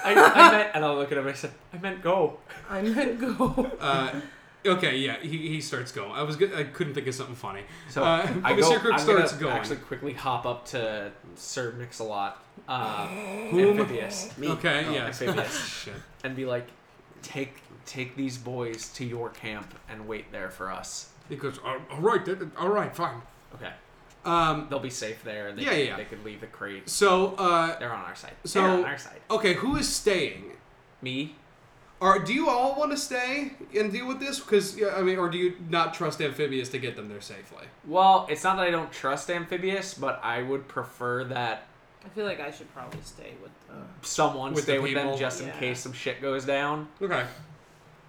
I, I meant, and I'll look at him. I said, I meant go.
I
[laughs]
meant go.
Uh, okay, yeah, he, he starts going. I was go- I couldn't think of something funny.
So
uh,
I go,
Mr. Crook
I'm
starts
gonna
going.
actually quickly hop up to Sir Mix-a-Lot,
[gasps]
uh,
Whom?
amphibious,
Me. Oh,
Okay,
Oh,
yeah.
amphibious,
[laughs] Shit.
and be like, take take these boys to your camp and wait there for us.
He goes, all all right, that- all right, fine.
Okay,
Um,
they'll be safe there, and they,
Yeah,
can,
yeah, yeah.
they can leave the crate.
so, uh,
They're on our side.
So-
They're on our
[laughs]
side.
okay, who is staying?
Me,
Or do you all want to stay and deal with this? Because I mean, or do you not trust amphibious to get them there safely?
Well, it's not that I don't trust amphibious, but I would prefer that
I feel like I should probably stay with. Uh,
someone
With the
stay with them
people.
just in
Yeah.
case some shit goes down.
Okay.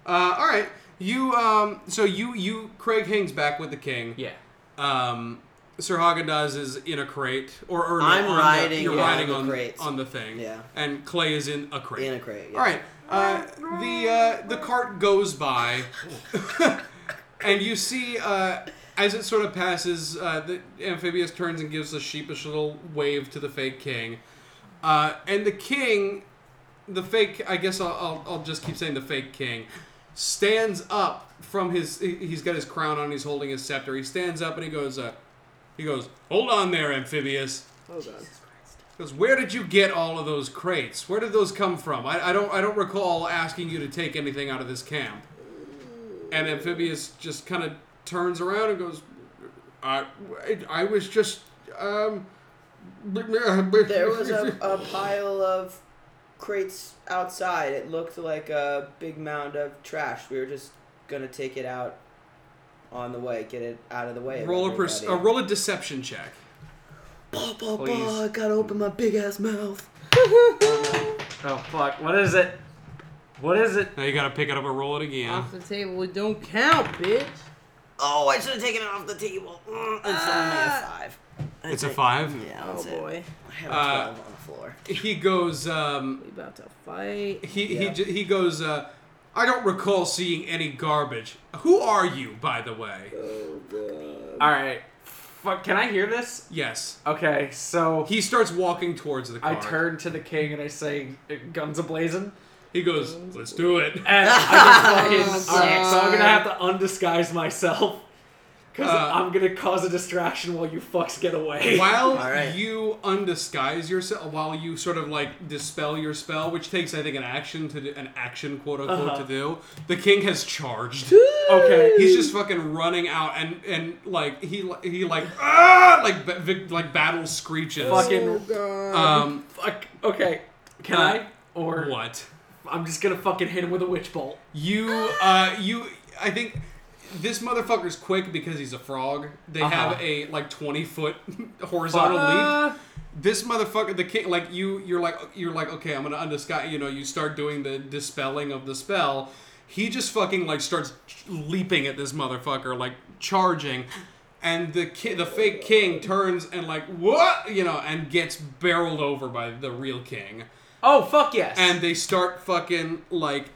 Uh, all right. You um. So you you Craig hangs back with the king.
Yeah.
Um. Sir Haagen-Dazs is in a crate, or, or no,
I'm
on the-
riding
you're
on
riding
the
on
crates.
on the thing.
Yeah.
And Clay is in a crate.
In a crate. Yeah.
All right. Uh, the uh, the cart goes by, [laughs] and you see uh, as it sort of passes, uh, the amphibious turns and gives a sheepish little wave to the fake king, uh, and the king, the fake. I guess I'll, I'll, I'll just keep saying the fake king, stands up from his. he- He's got his crown on. He's holding his scepter. He stands up and he goes. Uh, he goes. Hold on there, amphibious.
oh god.
Because where did you get all of those crates? Where did those come from? I, I don't I don't recall asking you to take anything out of this camp. And amphibious just kind of turns around and goes, I, I was just um. There
There was
[laughs]
a, a pile of crates outside. It looked like a big mound of trash. We were just gonna take it out on the way, get it out of the way. of
roll a, pers- uh,
everybody.
roll a deception check.
Bah, bah, bah,
Please.
I gotta open my big ass mouth.
Oh fuck! What is it? What is it?
Now you gotta pick it up and roll it again.
Off the table, it don't count, bitch.
Oh, I should have taken it off the table. Mm, It's only a five. I
It's a
think-
five.
Yeah,
Oh
that's it.
boy,
I have a
Uh,
twelve on the floor.
He goes. Um,
we about to fight.
he he
Yeah.
he he goes. Uh, I don't recall seeing any garbage. Who are you, by the way?
Uh,
All right. Fuck! Can I hear this?
Yes.
Okay, so
He starts walking towards the car.
I turn to the king and I say, "Guns a blazing,"
He goes, let's do
[laughs]
it. [laughs]
and I
Oh,
just fucking. all right, so I'm gonna have to undisguise myself because
Uh,
I'm gonna cause a distraction while you fucks get away.
While
All right.
you undisguise yourself, while you sort of like dispel your spell, which takes I think an action to do, an action quote unquote
Uh-huh.
to do, the king has charged.
[laughs] Okay.
He's just fucking running out and and like he li- he like ah like ba- vic- like battle screeches.
fucking
Um,
fuck. Okay, can I or
Uh, what?
I'm just gonna fucking hit him with a witch bolt.
You uh you I think this motherfucker's quick because he's a frog. They have
Uh-huh.
a like twenty foot [laughs] horizontal leap. this motherfucker the king like you you're like you're like okay i'm gonna undisguise you know you start doing the dispelling of the spell he just fucking like starts leaping at this motherfucker like charging and the ki- the fake king turns and like what you know and gets barreled over by the real king
Oh fuck yes.
and they start fucking like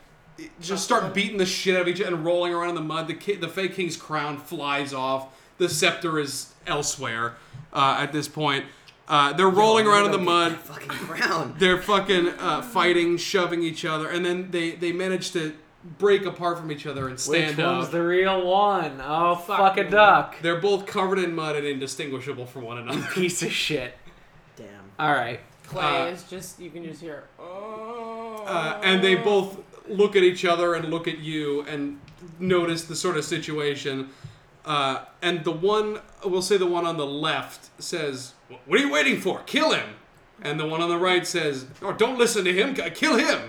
just start beating the shit out of each other and rolling around in the mud. The ki- the fake king's crown flies off. The scepter is elsewhere uh, at this point. Uh, they're rolling around in the mud.
Fucking crown.
[laughs] They're fucking uh, fighting, shoving each other, and then they they manage to break apart from each other and stand
Which one's
up.
the real one? Oh fuck, a
Fucking-
duck.
They're both covered in mud and indistinguishable from one another.
Piece of shit.
Damn.
All right.
Clay
Uh,
is just you can just hear. Oh.
Uh, and they both look at each other and look at you and notice the sort of situation. Uh, and the one, we'll say the one on the left says, What are you waiting for? Kill him! And the one on the right says, Oh, don't listen to him, K- kill
[laughs]
him!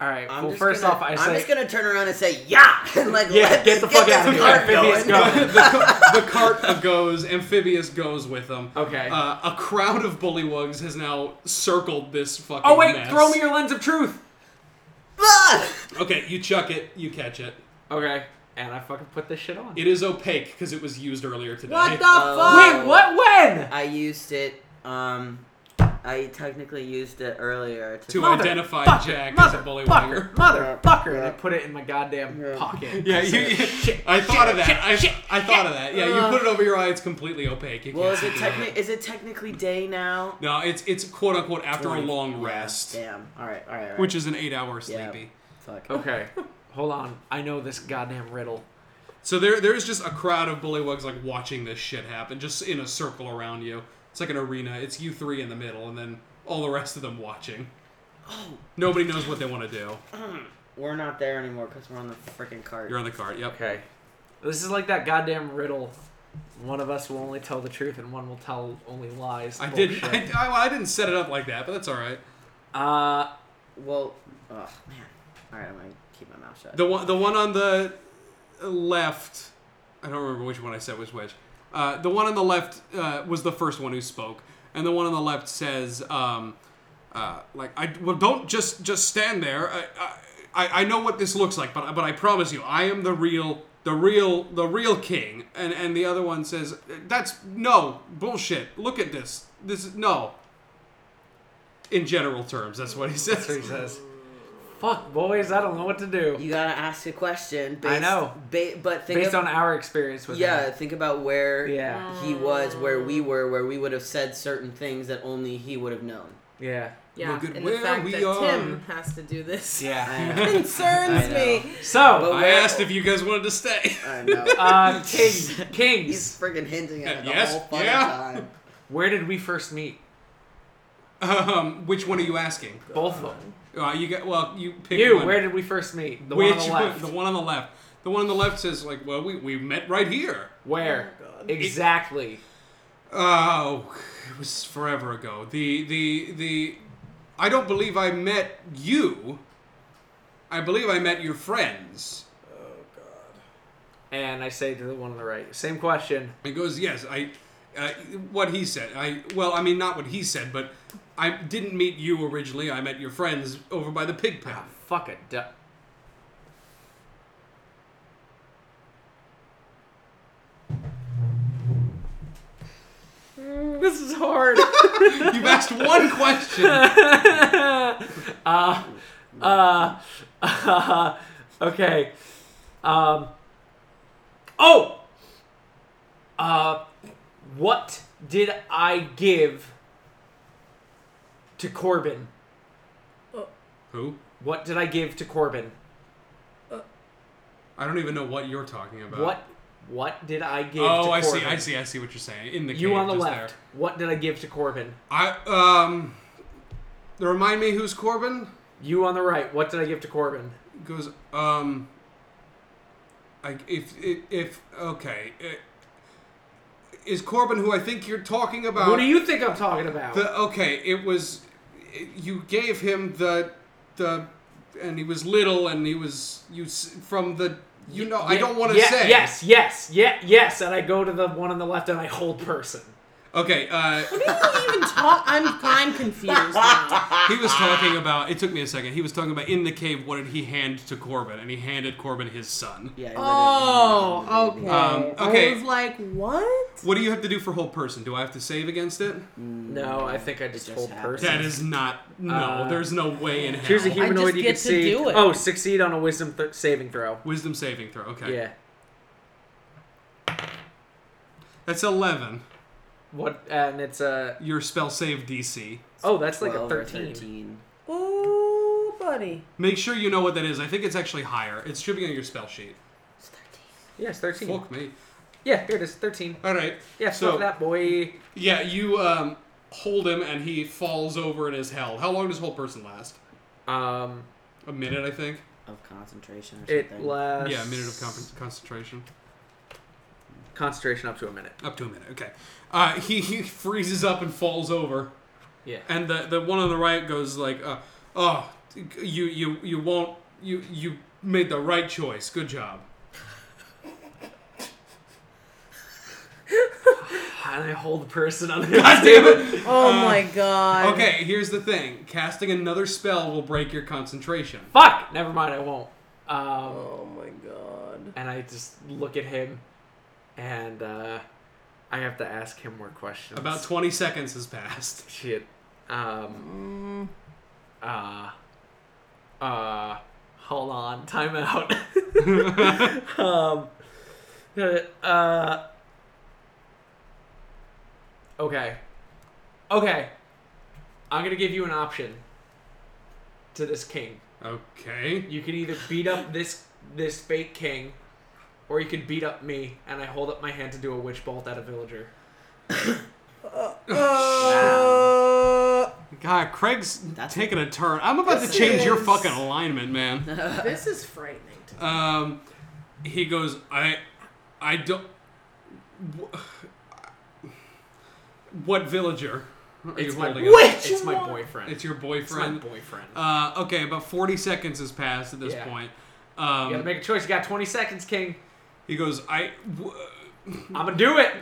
All right.
I'm
well,
just
1st
gonna-
off, I
I'm
say
just gonna turn around and say yeah, [laughs] and like
yeah,
let's
get the fuck
this
out of here.
cart
Amphibious
[laughs] going.
going.
the, ca- the cart goes, Amphibious goes with them.
Okay.
Uh, a crowd of bullywugs has now circled this fucking
oh wait,
mess.
throw me your lens of truth.
Ah!
Okay, you chuck it, you catch it.
Okay. And I fucking put this shit on.
It is opaque because it was used earlier today.
What the
Oh.
wait, what? When?
I used it. Um, I technically used it earlier to.
to
Mother
identify
fucker,
Jack as a
Motherfucker.
bullywugger.
Motherfucker. And
Yeah.
I put it in my goddamn
Yeah.
[laughs]
pocket.
Yeah, you, I thought of that. I, I thought of that. Yeah,
Uh.
you put it over your eye. It's completely opaque. You can't
well, is
see
it
through
technically is it technically day now?
No, it's it's quote unquote after a long rest,
Damn. All right. All right. all right.
which is Oh. an eight hour
Yeah.
sleepy.
fuck.
Okay. Hold on. I know this goddamn riddle.
So there there's just a crowd of bullywugs like watching this shit happen, just in a circle around you. It's like an arena. It's you three in the middle, and then all the rest of them watching.
Oh.
Nobody knows what they want to do.
We're not there anymore because we're on the freaking cart.
You're on the cart. Yep.
Okay. This is like that goddamn riddle. One of us will only tell the truth, and one will tell only lies.
I did.
Bullshit.
I, I, I didn't set it up like that, but that's all right.
Uh,
Well, oh man. All right, I'm gonna keep my mouth shut.
The one, the one on the left. I don't remember which one I said was which. Uh, the one on the left uh, was the first one who spoke, and the one on the left says, um, uh, "Like I well, don't just just stand there. I, I I- I know what this looks like, but but I promise you, I am the real." The real, the real king, and and the other one says, "That's no bullshit. Look at this. This is no." In general terms, that's what he says.
so he says, "Fuck, boys, I don't know what to do."
you gotta ask a question. Based,
know.
Ba- but think
Based
ab-
on our experience with
yeah,
him.
think about where
Yeah.
he was, where we were, where we would have said certain things that only he would have known.
yeah,
yeah,
Look at
and the
where
fact
we
that
are.
Tim has to do this
yeah.
I
[laughs]
know. I
[laughs] concerns
know.
me.
So,
But
I
where-
asked if you guys wanted to stay. [laughs]
I know.
uh, king,
He's
kings,
friggin' hinting at it the
Yes,
whole fucking
yeah.
time.
where did we first meet?
Um, which one are you asking?
Both of them.
Uh, you got well. You pick
You,
One.
where did we first meet? The
which
one on the left.
the one on the left. The one on the left says like, well, we, we met right here.
Where?
Oh, God.
exactly.
Oh, it was forever ago. The the the. I don't believe I met you. I believe I met your friends.
And I say to the one on the right, same question.
He goes, yes, I. Uh, what he said. I well, I mean, not what he said, but I didn't meet you originally. I met your friends over by the pig pen.
Fuck a duck. This is hard.
[laughs] You've asked one question.
[laughs] [laughs] uh, uh, [laughs] okay. Um, oh! Uh, what did I give to Corbin?
Who?
What did I give to Corbin?
I don't even know what you're talking about.
What what did I give to
Oh, I
Corbin?
see, I see, I see what you're saying. In the
You
cave,
on the
just
left.
There.
What did I give to Corbin?
I um. Remind me who's Corbin?
You on the right. What did I give to Corbin?
Goes um. I if if, if okay. eh, Is Corbin who I think you're talking about?
What do you think I'm talking about?
Uh, The, okay, it was. it- You gave him the the, and he was little, and he was you s- from the. You know, I
Yeah,
don't want to
yeah,
say.
Yes, yes, yeah, yes. And I go to the one on the left and I hold person.
Okay,
[laughs]
uh,
What are you even talk? I'm I'm confused now.
he was talking about. It took me a second. He was talking about in the cave. What did he hand to Corbin? And he handed Corbin his son.
Yeah.
Oh, okay.
Um, okay.
I was like, what?
What do you have to do for whole person? Do I have to save against it?
No, I think I just
just
told
happened.
person.
That is not. No,
Uh,
there's no way in hell.
Here's a
I
humanoid
just
you
get
can
to
see.
do it.
Oh, succeed on a wisdom th- saving throw.
wisdom saving throw. Okay,
Yeah.
that's eleven.
What? And it's a.
Your spell save DC.
Oh, that's like a
12 or
13.
13.
Ooh, Oh, buddy.
Make sure you know what that is. I think it's actually higher. It should be on your spell sheet.
Yes, 13.
Fuck me.
Yeah, here it is. 13.
All right.
Yeah, so
So
that boy.
yeah, you um, hold him and he falls over and is held. How long does whole person last?
Um,
A minute, I think.
Of concentration or something.
it lasts.
Yeah, a minute of con- concentration.
concentration up to a minute.
Up to a minute. Okay. Uh, he, he freezes up and falls over,
Yeah.
and the the one on the right goes like, uh, "Oh, you you you won't you you made the right choice. Good job."
[laughs] And I hold the person on
[laughs]
the [laughs]
God damn it!
Oh my god.
Okay, here's the thing: casting another spell will break your concentration.
Fuck! Never mind, I won't. Um,
Oh my god.
and I just look at him, and uh, I have to ask him more questions.
About 20 seconds has passed.
Shit. Um. Uh. Uh. Hold on. Time out. [laughs] um. uh, Uh. Okay. Okay. I'm gonna give you an option. To this king,
Okay.
you can either beat up this this fake king, or you could beat up me, and I hold up my hand to do a witch bolt at a villager.
Uh,
God, Craig's
That's-
taking a turn. I'm about to
This
change your
is-
fucking alignment, man.
[coughs] This is frightening. To me.
um, he goes, I, I don't. wh- What villager? Are
It's
you
my
holding up?
It's my
one?
boyfriend.
It's your boyfriend.
It's my boyfriend.
uh, okay, about 40 seconds has passed at this
Yeah.
point.
you gotta
Um,
make a choice. You got 20 seconds, King.
he goes, I. W-
I'm gonna do it.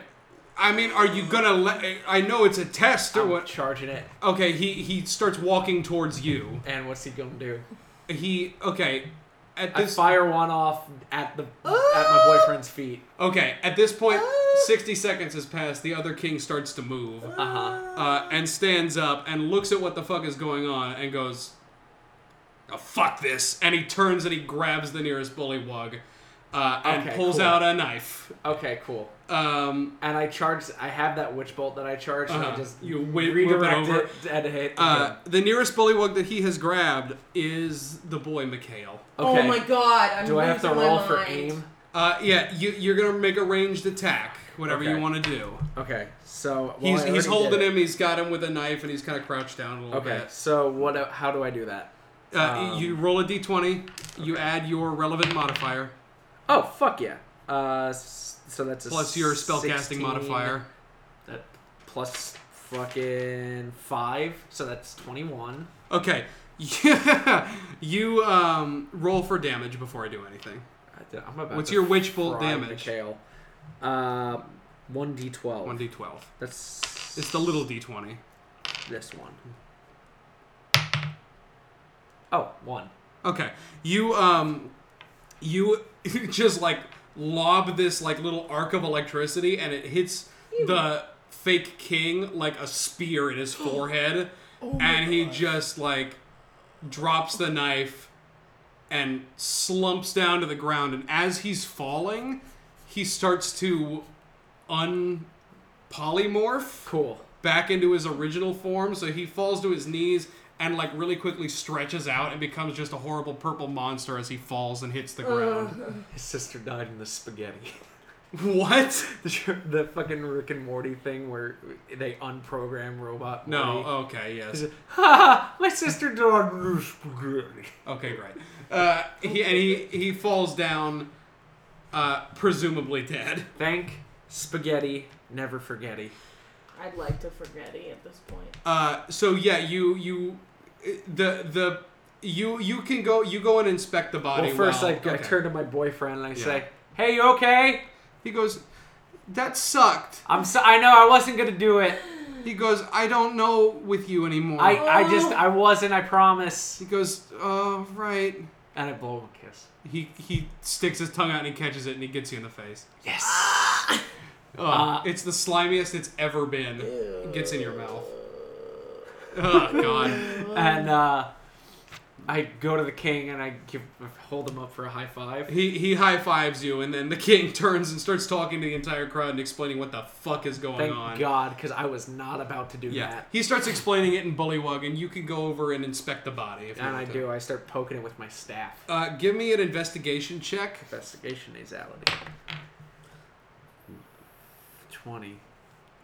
I mean, are you gonna let? I know it's a test or
I'm
what.
charging it.
Okay, he he starts walking towards you.
And what's he gonna do?
He okay. At
I
this
fire one off at the at my boyfriend's feet.
Okay, at this point,
Ah.
60 seconds has passed. The other king starts to move
Uh huh.
uh, and stands up and looks at what the fuck is going on and goes, oh, fuck this. And he turns and he grabs the nearest bullywug uh, and
Okay,
pulls
cool.
out a knife.
Okay, cool.
Um,
And I charge. I have that witch bolt that I charged. And I
Uh-huh.
just
You wi- whip it
redirect
over.
it and hit.
uh,
him.
the nearest bullywug that he has grabbed is the boy Mikhail.
okay.
Oh my god. I'm
Do I have to
losing my
roll for
mind.
aim?
Uh, yeah, you, you're going to make a ranged attack, whatever
Okay.
you want to do.
Okay. So well,
He's,
I
he's
already did
holding
it.
him, he's got him with a knife, and he's kind of crouched down a little
Okay.
bit.
So what? How do I do that?
Uh,
Um,
you roll a d20. You add your relevant modifier
Oh fuck yeah. Uh, s- so that's a
plus your spellcasting
16.
modifier.
That plus fucking five, so that's twenty-one.
Okay. [laughs] Yeah. You um, roll for damage before I do anything.
I did- I'm about
What's
to
your witch bolt
fry
damage?
Mikhail. Uh, one d twelve.
One d12.
That's
It's the little d20.
this one. Oh, one.
Okay. You um, you [laughs] just like lob this like little arc of electricity, and it hits the fake king like a spear in his forehead, and he just like drops the knife and slumps down to the ground. And as he's falling, he starts to unpolymorph
Cool.
back into his original form. So he falls to his knees and like really quickly stretches out and becomes just a horrible purple monster as he falls and hits the ground.
His sister died in the spaghetti. [laughs]
What?
the, sh- the fucking Rick and Morty thing where they unprogram robot.
No. uh,
Morty.
Okay. Yes.
Ha! My sister died in the spaghetti.
Okay. Great. Uh, he, and he he falls down, uh, presumably dead.
Thank spaghetti, never forgetty.
I'd like to forget it at this point.
Uh, so yeah, you you the the. You you can go you go and inspect the body.
Well, first
while-
I, I
okay.
turn to my boyfriend and I
Yeah.
say, "Hey, you okay?"
He goes, that sucked.
I'm so, I know I wasn't gonna do it.
He goes, I don't know with you anymore.
I, I just I wasn't. I promise.
he goes, oh, right.
And I blow him a kiss.
He he sticks his tongue out and he catches it and he gets you in the face.
Yes.
Oh,
Uh,
it's the slimiest it's ever been. It gets in your
[laughs]
mouth. Oh god.
And uh, I go to the king and I give hold him up for a high five.
He he high fives you and then the king [laughs] turns and starts talking to the entire crowd and explaining what the fuck is going
Thank
on.
God, because I was not about to do
Yeah.
that.
He starts explaining it in bullywug and you can go over and inspect the body if you
And I
want to.
do. I start poking it with my staff.
Uh, give me an investigation check.
Investigation nasality. Twenty.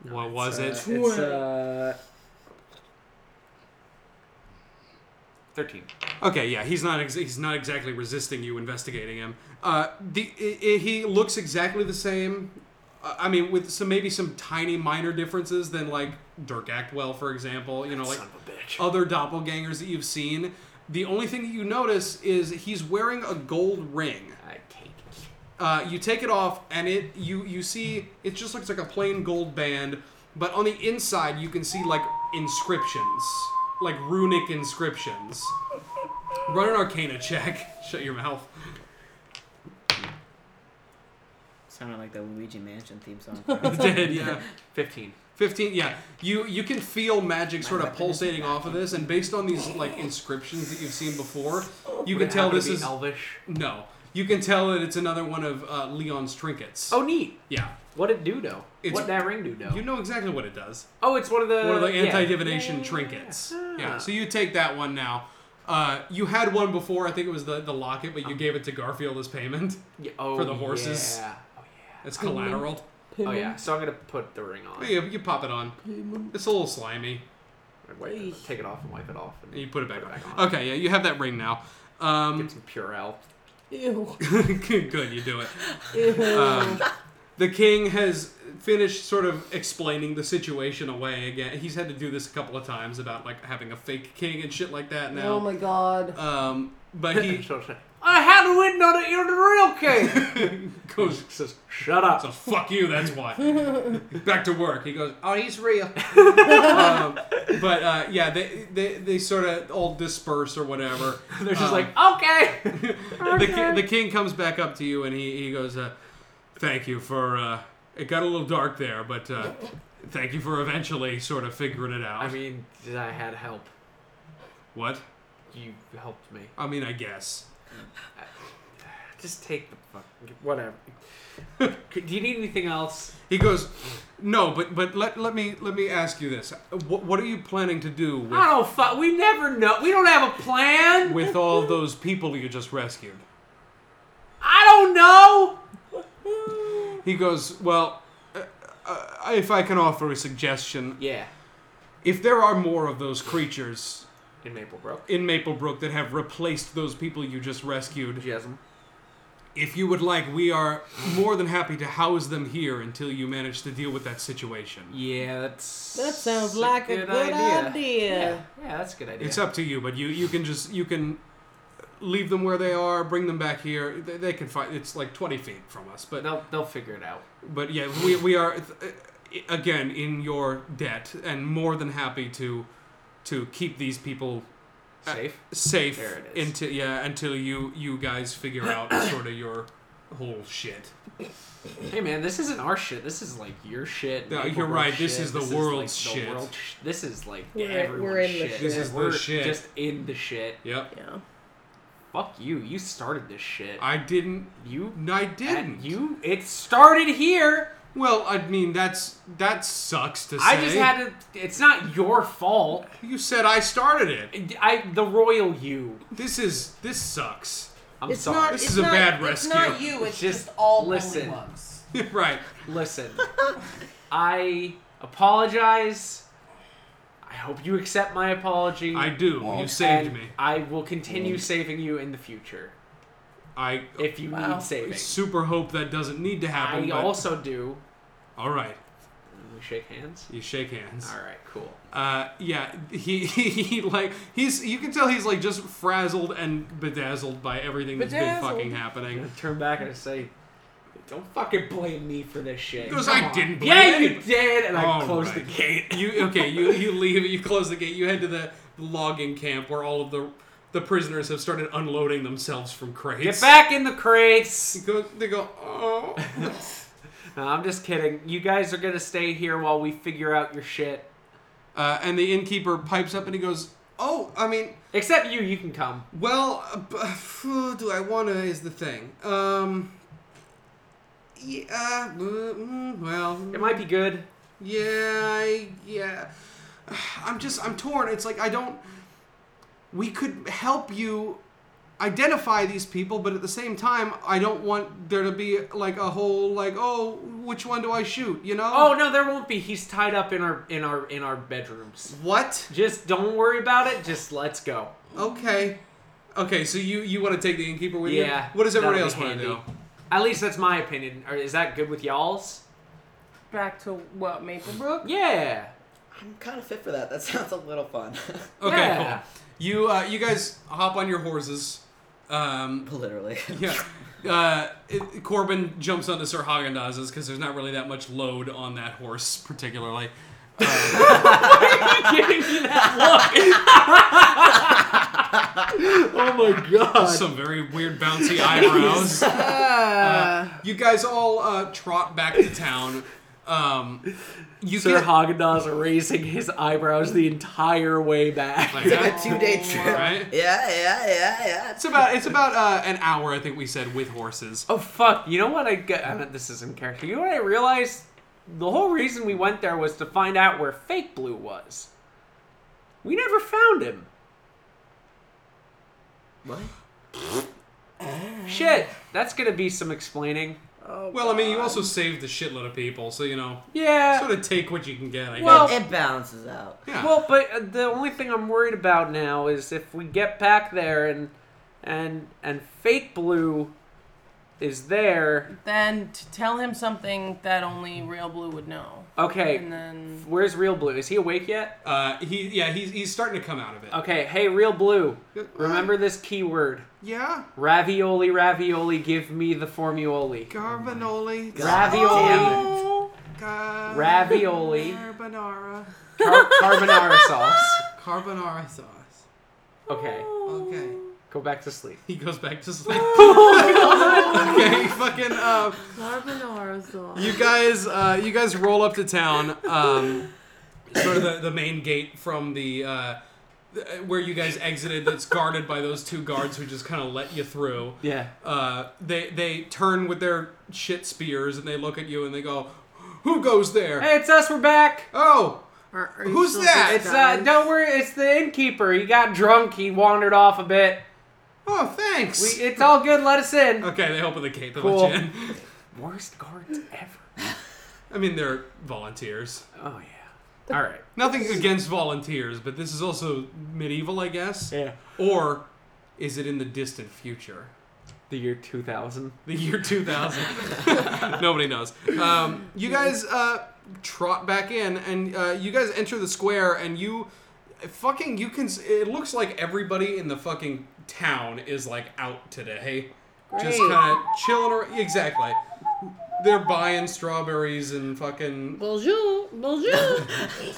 What was
It's,
it?
uh, It's uh. Thirteen.
Okay, yeah, he's not ex- he's not exactly resisting you investigating him. Uh, the i i he looks exactly the same. Uh, I mean, with some maybe some tiny minor differences than like Dirk Actwell, for example. You know, like
Son of a bitch.
other doppelgangers that you've seen. The only thing that you notice is he's wearing a gold ring.
I take it.
Uh, you take it off, and it you you see it just looks like a plain gold band, but on the inside you can see like inscriptions, like runic inscriptions. Run an Arcana check. [laughs] Shut your mouth.
Sounded like the Luigi Mansion theme song.
Dead. Yeah.
Fifteen.
15 yeah you you can feel magic sort of
weapon is
pulsating off of this and based on these like inscriptions that you've seen before you
Would
can
it
tell
happen to
this
be
is
elvish.
no you can tell that it's another one of uh, leon's trinkets
Oh, neat.
yeah
What it do though?
It's-
what that ring do though?
you know exactly what it does
oh, it's one of the
one of the
yeah.
anti-divination trinkets. Yeah, so you take that one now. Uh, you had one before. I think it was the, the locket, but you gave it to Garfield as payment.
Yeah, oh,
for the horses.
Yeah. Oh yeah.
It's collateral.
Oh yeah. So I'm gonna put the ring on.
You, you pop it on. It's a little slimy.
and wipe it- take it off and wipe it off. And
And you put it back
Put it back
on.
on.
Okay, yeah, you have that ring now. Um,
Get some [laughs] Purell.
Ew.
[laughs] good, you do it.
Ew.
Um, the king has finished sort of explaining the situation away again. He's had to do this a couple of times about like having a fake king and shit like that
Oh
now.
my god.
Um, but he [laughs]
[laughs] So say, I had a window that you're the real [laughs] king.
goes
He says, shut up.
So fuck you. That's why. [laughs] Back to work. He goes. Oh, he's real. um, but uh, yeah, they they, they sort of all disperse or whatever. [laughs]
They're
Um,
just like, [laughs] okay.
the, ki- the king comes back up to you and he he goes, uh, "Thank you for." Uh, it got a little dark there, but uh, thank you for eventually sort of figuring it out.
I mean, I had help.
what?
You helped me.
I mean, I guess.
Just take the fuck. [laughs] Whatever. do you need anything else?
He goes, "No, but but let let me let me ask you this. What, what are you planning to do with
I don't fuck. We never know. We don't have a plan.
with all those people you just rescued?"
I don't know.
He goes, Well, uh, uh, if I can offer a suggestion,
Yeah.
if there are more of those creatures
In Maplebrook.
in Maplebrook that have replaced those people you just rescued,
Jasmine.
if you would like, we are more than happy to house them here until you manage to deal with that situation.
Yeah, that's.
That sounds like a good, idea.
idea. Yeah, yeah, that's a good idea.
It's up to you, but you, you can just, you can leave them where they are, bring them back here. They, they can find, it's like 20 feet from us, but
They'll, they'll figure it out.
But yeah, we, we are th- again in your debt and more than happy to to keep these people
Safe.
safe
There it is.
until yeah until you you guys figure out
[clears throat]
sort of your whole shit.
Hey man, this isn't our shit. This is like your shit.
No,
Maple
you're
Grove
right. This
shit.
is the
like,
world's shit.
sh- this is like
We're-
everyone's
we're in the
shit.
This is the
We're
shit.
Just in the shit.
Yep.
Yeah.
Fuck you. You started this shit.
I didn't.
you
I didn't.
You. It started here.
Well, I mean that's that sucks to say.
I just had to. It's not your fault.
You said I started it.
I the royal you.
This is this sucks. [laughs]
I'm
It's
sorry.
not.
This
it's
is a
not,
bad
It's not
rescue.
you. It's
Just
just, all
listen.
listen. Bugs.
right.
[laughs]
Listen, I apologize. I hope you accept my apology.
I do. you saved
and
me.
I will continue saving you in the future
I
if you
Wow.
need saving.
super hope that doesn't need to happen.
I
but-
also do.
all right.
We shake hands.
You shake hands.
All right, cool.
Uh, yeah, he, [laughs] he, he like he's you can tell he's like just frazzled and bedazzled by everything that's been
Bedazzled.
fucking happening.
I turn back and I say, Don't fucking blame me for this shit.
Because
Come
I
on.
didn't blame
Yeah, you
anybody.
did, and I
All
closed the
right.
gate.
You uh, okay? You you leave. You close the gate. You head to the logging camp where all of the the prisoners have started unloading themselves from crates.
Get back in the crates.
Go, they go.
[laughs]
Oh.
No, I'm just kidding. You guys are gonna stay here while we figure out your shit.
Uh, and the innkeeper pipes up and he goes, "Oh, I mean,
Except you, you can come.
well, uh, b- phew, do I want to? Is the thing. Um, yeah. uh, mm, Well,
It might be good.
Yeah, I, yeah. [sighs] I'm just I'm torn. It's like I don't we could help you identify these people, but at the same time, I don't want there to be like a whole like, "Oh, which one do I shoot?" you know?
Oh no, there won't be. He's tied up in our in our in our bedrooms.
What?
Just don't worry about it. Just let's go.
Okay. Okay, so you you want to take the innkeeper with you?
Yeah,
What does everybody
that'll
else
be
want to
handy.
do?
At least that's my opinion. Or is that good with y'all's?
Back to what [laughs] Maplebrook?
Yeah.
I'm kind of fit for
[laughs]
that. That sounds a little fun.
Okay,
Yeah.
cool. You uh, you guys hop on your horses. Um,
Literally.
Yeah.
[laughs]
Uh, it, Corbin jumps onto Sir Haagen-Dazs because there's not really that much load on that horse, particularly.
Giving me that look. oh my god.
Some very weird bouncy eyebrows.
Uh,
you guys all uh, trot back to town. Um, you
Sir
get
Haagen-Dazs raising his eyebrows the entire way back.
Like
It's
that,
like a two day trip.
right?
Yeah, yeah, yeah, yeah.
It's about it's about uh, an hour, I think we said, with horses.
Oh fuck! You know what I got? I mean, this isn't character. You know what I realized? The whole reason we went there was to find out where Fake Blue was. We never found him.
What?
Shit, that's gonna be some explaining.
Well, I mean, you also saved a shitload of people, so you know,
Yeah.
sort of take what you can get. I guess.
Well-
It balances out.
yeah.
Well, but uh, the only thing I'm worried about now is if we get back there and and and Fake Blue is there.
then to tell him something that only Real Blue would know.
Okay.
And then
Where's Real Blue? Is he awake yet?
uh, he yeah, he's he's starting to come out of it.
Okay. Hey, Real Blue. Remember this keyword.
Yeah,
Ravioli, ravioli, give me the formioli.
Garbanoli,
Ravioli,
Oh,
Gar-
ravioli,
Carbonara.
car- carbonara sauce.
Carbonara sauce.
Okay,
Okay.
go back to sleep.
He goes back [laughs] to sleep. okay, fucking. Uh,
carbonara sauce.
you guys, uh, you guys roll up to town, um, sort of the, the main gate from the uh, th- where you guys exited. That's guarded by those two guards who just kind of let you through.
Yeah.
Uh, they they turn with their shit spears and they look at you and they go, "Who goes there?
Hey, it's us. We're back.
Oh,
Are- are you
Who's
still
that?
just
It's uh,
dying?
don't worry. It's the innkeeper. He got drunk. He wandered off a bit.
oh,
We,
thanks."
it's all good. Let us in.
okay, they open the gate. They
Cool.
let you in.
[laughs] Worst guards ever.
I mean, they're volunteers.
Oh yeah. All right.
Nothing against volunteers, but this is also medieval, I guess.
Yeah.
Or is it in the distant future?
The year 2000.
The year 2000. [laughs] Nobody knows. Um, you guys uh, trot back in, and uh, you guys enter the square, and you fucking you can. It looks like everybody in the fucking town is like out today, just
Great.
kind of chilling. around. Exactly. They're buying strawberries and fucking
Bonjour,
[laughs]
bonjour.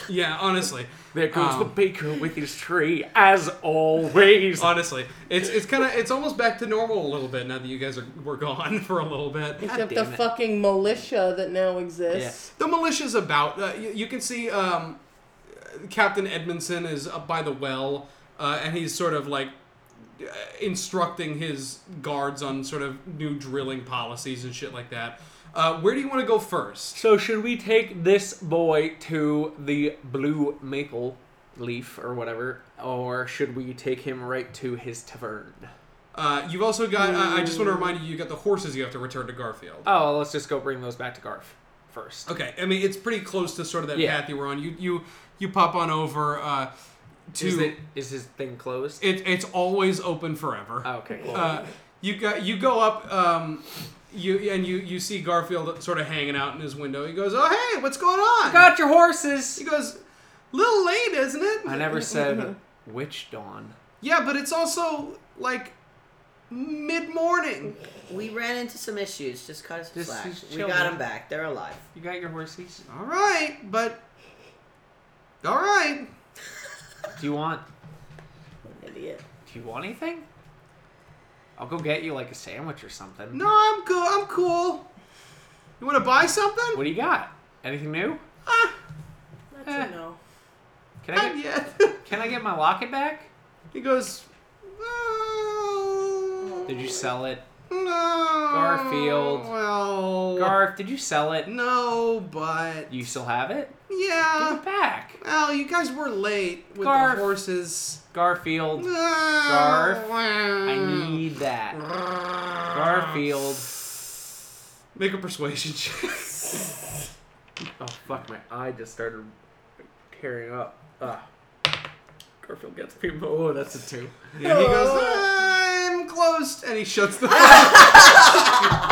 yeah. Honestly.
There goes
Um,
the baker with his tree, as
[laughs]
always.
Honestly, it's it's kind of it's almost back to normal a little bit now that you guys are were gone [laughs] for a little bit.
Except the
damn it.
fucking militia that now exists.
The militia's about. Uh, you, you can see um, Captain Edmondson is up by the well, uh, and he's sort of like uh, instructing his guards on sort of new drilling policies and shit like that. Uh, where do you want to go first?
So should we take this boy to the blue maple leaf or whatever, or should we take him right to his tavern?
Uh, you've also got. I I just want to remind you, you got the horses you have to return to Garfield.
Oh, well, let's just go bring those back to Garf first.
Okay, I mean it's pretty close to sort of that
Yeah.
path you were on. You you you pop on over uh, to.
Is, it, is his thing closed?
It, it's always open forever.
Oh, okay, cool.
Uh, you go, you go up, um, you and you you see Garfield sort of hanging out in his window. He goes, "Oh hey, what's going on?"
Got your horses.
He goes, "Little late, isn't it?" [laughs]
I never said witch dawn.
Yeah, but it's also like
mid morning.
We ran into some issues. Just cut us
This
slack.
is
We
chill,
got
man.
them back. They're alive.
You got your horses?
All right, but all right.
Do you want
Idiot.
do you want anything? I'll go get you like a sandwich or something.
No, I'm cool. I'm cool. You want to buy something?
What do you got? Anything new?
Ah,
That's
Eh.
a no.
Can I
not
get,
[laughs]
yet.
can I get my locket back?
he goes. "Oh,
Did you sell it?
No.
Garfield.
Well.
Garf, did you sell it?
no, but
You still have it? Give
yeah.
it back.
Well, you guys were late with
Garf.
the horses.
Garfield,
Ah,
Garf.
I need that. Garfield.
Make a persuasion check.
[laughs]
Oh fuck, my eye just started tearing up. Ah. Garfield gets me. Oh, that's a two.
And he goes,
Oh.
I'm closed. And he shuts
[laughs]
the door.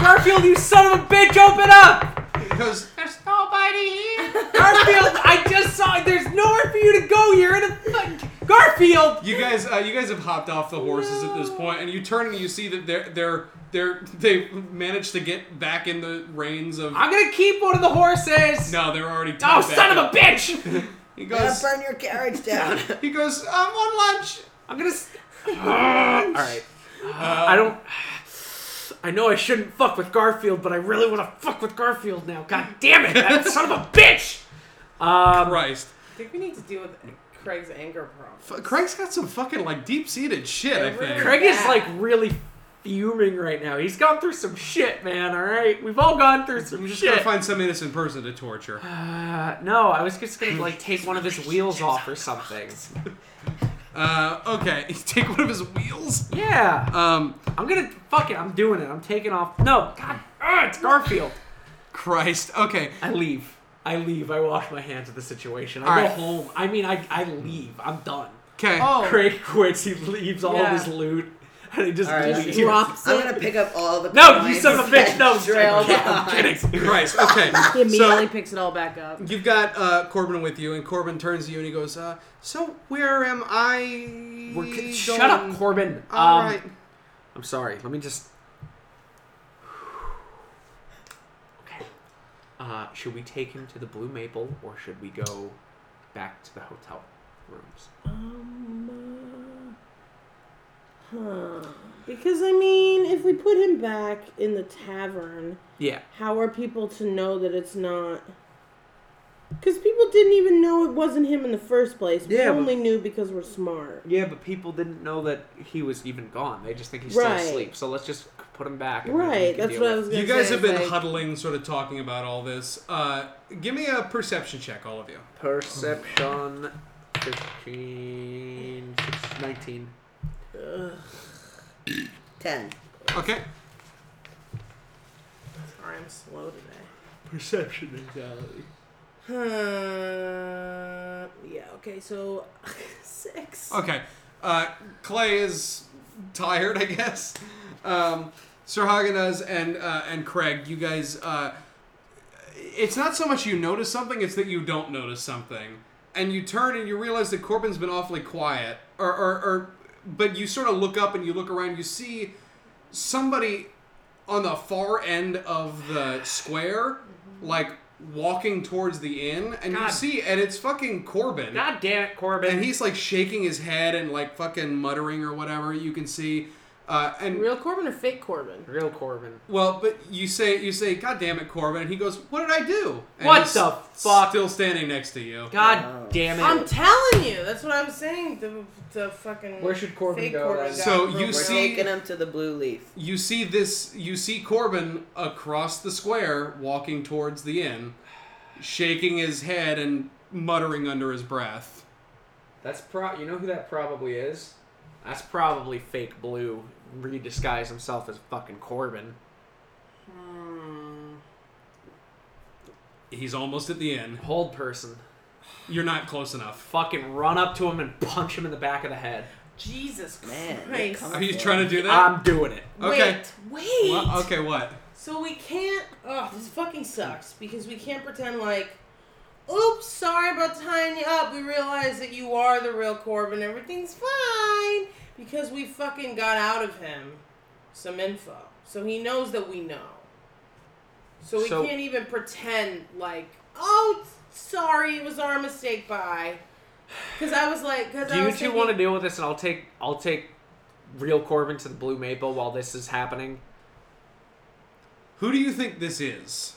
Garfield, you son of a bitch, open up!
he goes,
There's nobody here. Garfield, I just saw. There's nowhere for you to go. You're in a fucking Garfield.
You guys, uh, you guys have hopped off the horses at this point, and you turn and you see that they're they're they're they managed to get back in the reins of.
I'm gonna keep one of the horses.
No, they're already.
Oh,
tied back
son
up.
of a bitch!
He
Gotta
goes.
burn
[laughs]
your carriage down.
he goes, I'm on lunch.
I'm
[laughs]
gonna. S- All right. I don't. I know I shouldn't fuck with Garfield, but I really want to fuck with Garfield now. God damn it! That son of a bitch. Um,
Christ.
I think we need to deal with Craig's anger problem.
F- Craig's got some fucking like deep seated shit. I think.
Craig is like really fuming right now. He's gone through some shit, man. All right, we've all gone through some
I'm just
shit.
gonna find some innocent person to torture.
uh, no, I was just gonna like take one of his wheels off or something.
Uh, okay, [laughs] take one of his wheels.
Yeah.
Um,
I'm gonna fuck it. I'm doing it. I'm taking off. No, God, ah, it's Garfield.
Christ. Okay,
I leave. I leave. I wash my hands of the situation. I
All
go
right.
home. I mean, I, I leave. I'm done.
okay.
Oh,
Craig quits. He leaves all
Yeah.
of his loot, [laughs] and he just
All right,
leaves.
drops
I'm
it.
gonna pick up all the.
No, you
coins
son of a bitch!
that
No, I'm
[laughs] trailed
kidding. I'm
behind.
kidding.
Christ. Okay.
He immediately
So
picks it all back up.
you've got uh, Corbin with you, and Corbin turns to you and he goes, uh, "So where am I?"
We're ki-
going?
shut up, Corbin.
All
um,
right.
I'm sorry. Let me just. Okay. Uh, should we take him to the Blue Maple, or should we go back to the hotel rooms?
Um, uh, huh. Because I mean, if we put him back in the tavern,
Yeah.
how are people to know that it's not? Because people didn't even know it wasn't him in the first place. We
Yeah, but-
only knew because we're smart.
Yeah, but people didn't know that he was even gone. They just think he's
Right.
still asleep. So let's just put him back. and then we
Right.
can
That's
deal
what I
with-
was. Gonna
You guys
say,
have been
like,
huddling, sort of talking about all this. Uh, give me a perception check, all of you.
Perception 15, 16, 19.
Ten.
Okay.
Sorry, I'm slow today.
Perception mentality.
Uh, yeah. Okay. So [laughs] six.
Okay. Uh, Clay is tired, I guess. Um, Sir Hagenaz and uh, and Craig, you guys. Uh, it's not so much you notice something; it's that you don't notice something, and you turn and you realize that Corbin's been awfully quiet. Or, or, or but you sort of look up and you look around. You see somebody on the far end of the square, like walking towards the inn, and you
God.
see, and it's fucking Corbin.
God damn it, Corbin.
And he's like shaking his head and like fucking muttering or whatever you can see. Uh, and
Real Corbin or fake Corbin?
Real Corbin.
well, but you say you say, "God damn it, Corbin!" And he goes, "What did I do?" And
What
he's
the fuck?
Still standing next to you.
God damn it.
I'm telling you, that's what I was saying. The, the fucking.
Where should Corbin
fake
go
Corbin
then?
got
So
real
you
We're
rough.
see-
taking him to the blue leaf.
You see this. You see Corbin across the square, walking towards the inn, shaking his head and muttering under his breath.
That's pro. You know who that probably is? That's probably fake Blue redisguised himself as fucking Corbin.
Mm,
He's almost at the inn.
Hold person.
You're not close enough.
Fucking run up to him and punch him in the back of the head.
Jesus
Man, they
Christ.
Are
come-
you trying to do that?
I'm doing it.
okay.
Wait, wait.
Well, okay. What?
So we can't. Oh, this fucking sucks because we can't pretend like. Oops, sorry about tying you up. We realize that you are the real Corbin. Everything's fine because we fucking got out of him. some info. So he knows that we know. So we
So-
can't even pretend like, oh, sorry, it was our mistake. Bye. Because I was like, because
Do you two want to deal with this, and I'll take I'll take real Corbin to the Blue Maple while this is happening.
Who do you think this is?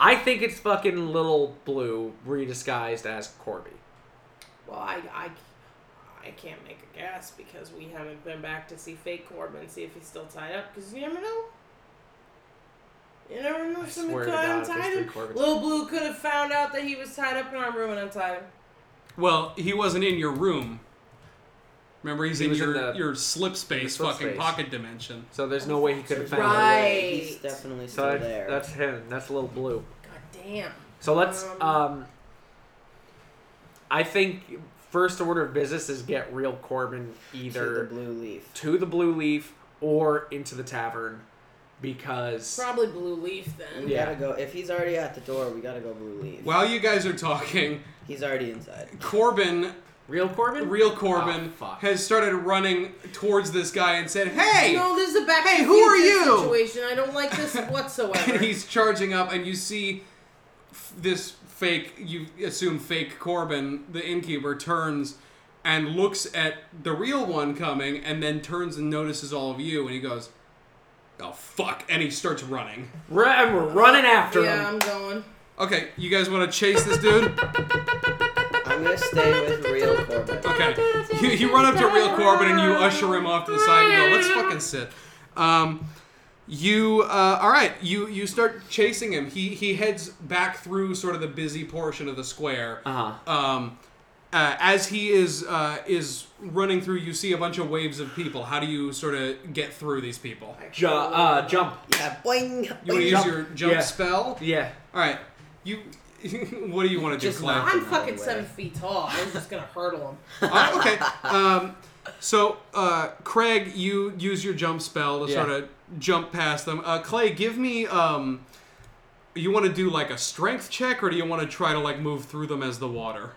I think it's fucking little blue redisguised as Corby.
Well, I, I, I can't make a guess because we haven't been back to see fake Corbin, see if he's still tied up. Because you never know. You never know.
I
Someone
swear to
could
God, if
untie
there's
him.
three Corbins.
Little Blue could have found out that he was tied up in our room and untied him.
Well, he wasn't in your room. Remember, he's
He
in
was in
your
the-
your slip space,
slip
fucking
space.
pocket dimension.
So there's no way he could have found
Right.
it.
He's definitely
So
still
that's,
there.
that's him. That's little blue.
God damn.
So let's.
Um,
Um, I think first order of business is get real Corbin
To the
either
blue leaf.
to the Blue Leaf or into the tavern because
Probably Blue Leaf then.
We
Yeah.
gotta go. If he's already at the door, we gotta go blue leaf.
While you guys are talking,
He's already inside.
Corbin,
real Corbin,
real Corbin,
Oh, fuck.
has started running towards this guy and said, "Hey!"
No, this is a back. to
Hey,
the
who are
Future
you?
Situation. I don't like this whatsoever.
and he's charging up, and you see f- this fake, you assume fake Corbin, the innkeeper, turns and looks at the real one coming, and then turns and notices all of you, and he goes, "Oh fuck!" and he starts running.
Ru- and we're running after
yeah,
him.
I'm going.
Okay, you guys want to chase this dude?
I'm gonna stay with real Corbin.
Okay, you, you run up to real Corbin and you usher him off to the side and go, "Let's fucking sit." Um, you uh, all right? You you start chasing him. He he heads back through sort of the busy portion of the square.
Uh-huh.
Um, uh, as he is uh, is running through, you see a bunch of waves of people. How do you sort of get through these people?
Ju- uh, jump.
Yeah, boing.
You want to
boing.
use your jump
Yeah.
spell?
Yeah.
All right. You [laughs] what do you want to do,
Just
Clay?
knock
I'm
Fucking
fucking
way.
seven feet tall. I was just gonna hurdle him.
Alright, Uh, okay. Um, so, uh, Craig, you use your jump spell to
Yeah.
sort of jump past them. Uh, Clay, give me. Um, you want to do like a strength check, or do you want to try to like move through them as the water?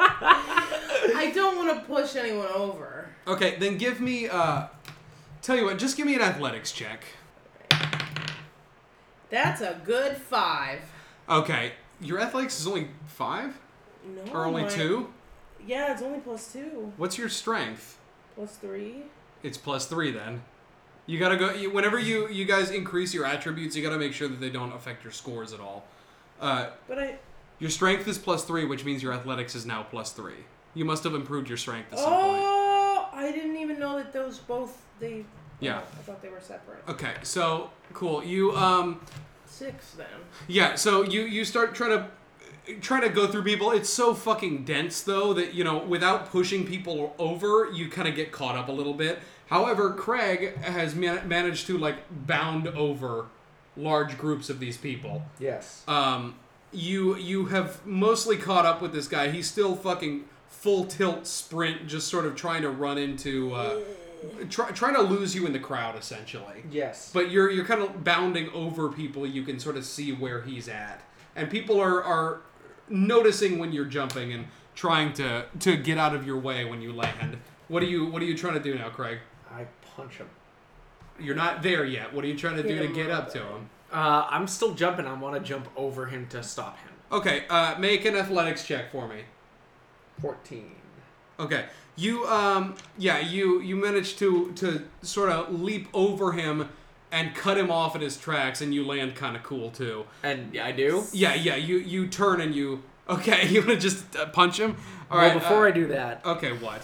I don't want to push anyone over.
Okay, then give me. Uh, tell you what, just give me an athletics check.
That's a good five.
Okay, your athletics is only five
No.
or only
Oh my-
two.
Yeah, it's only plus two,
What's your strength?
plus three.
It's plus three then. You gotta go. You, whenever you you guys increase your attributes, you gotta make sure that they don't affect your scores at all. Uh,
But I.
Your strength is plus three, which means your athletics is now plus three. You must have improved your strength at some point.
Oh, I didn't even know that those both they.
Yeah.
I thought they were separate.
Okay, so cool. You um
Six then.
yeah, so you you start trying to trying to go through people. It's so fucking dense though that you know without pushing people over, you kind of get caught up a little bit. However, Craig has man- managed to like bound over large groups of these people.
Yes.
um, you you have mostly caught up with this guy. He's still fucking full tilt sprint, just sort of trying to run into, uh, try, trying to lose you in the crowd, essentially.
yes.
But you're you're kind of bounding over people. You can sort of see where he's at, and people are are noticing when you're jumping and trying to to get out of your way when you land. What are you What are you trying to do now, Craig?
I punch him.
You're not there yet. What are you trying to do
Hit
to
him
get
up.
up to him?
Uh, I'm still jumping. I want to jump over him to stop him.
Okay, uh, make an athletics check for me.
Fourteen.
Okay. You um yeah, you you managed to to sort of leap over him and cut him off in his tracks and you land kind of cool too.
And yeah, I do.
Yeah, yeah, you you turn and you [laughs] Okay, you want to just uh, punch him? All
well,
right.
before
uh,
I do that,
Okay, what?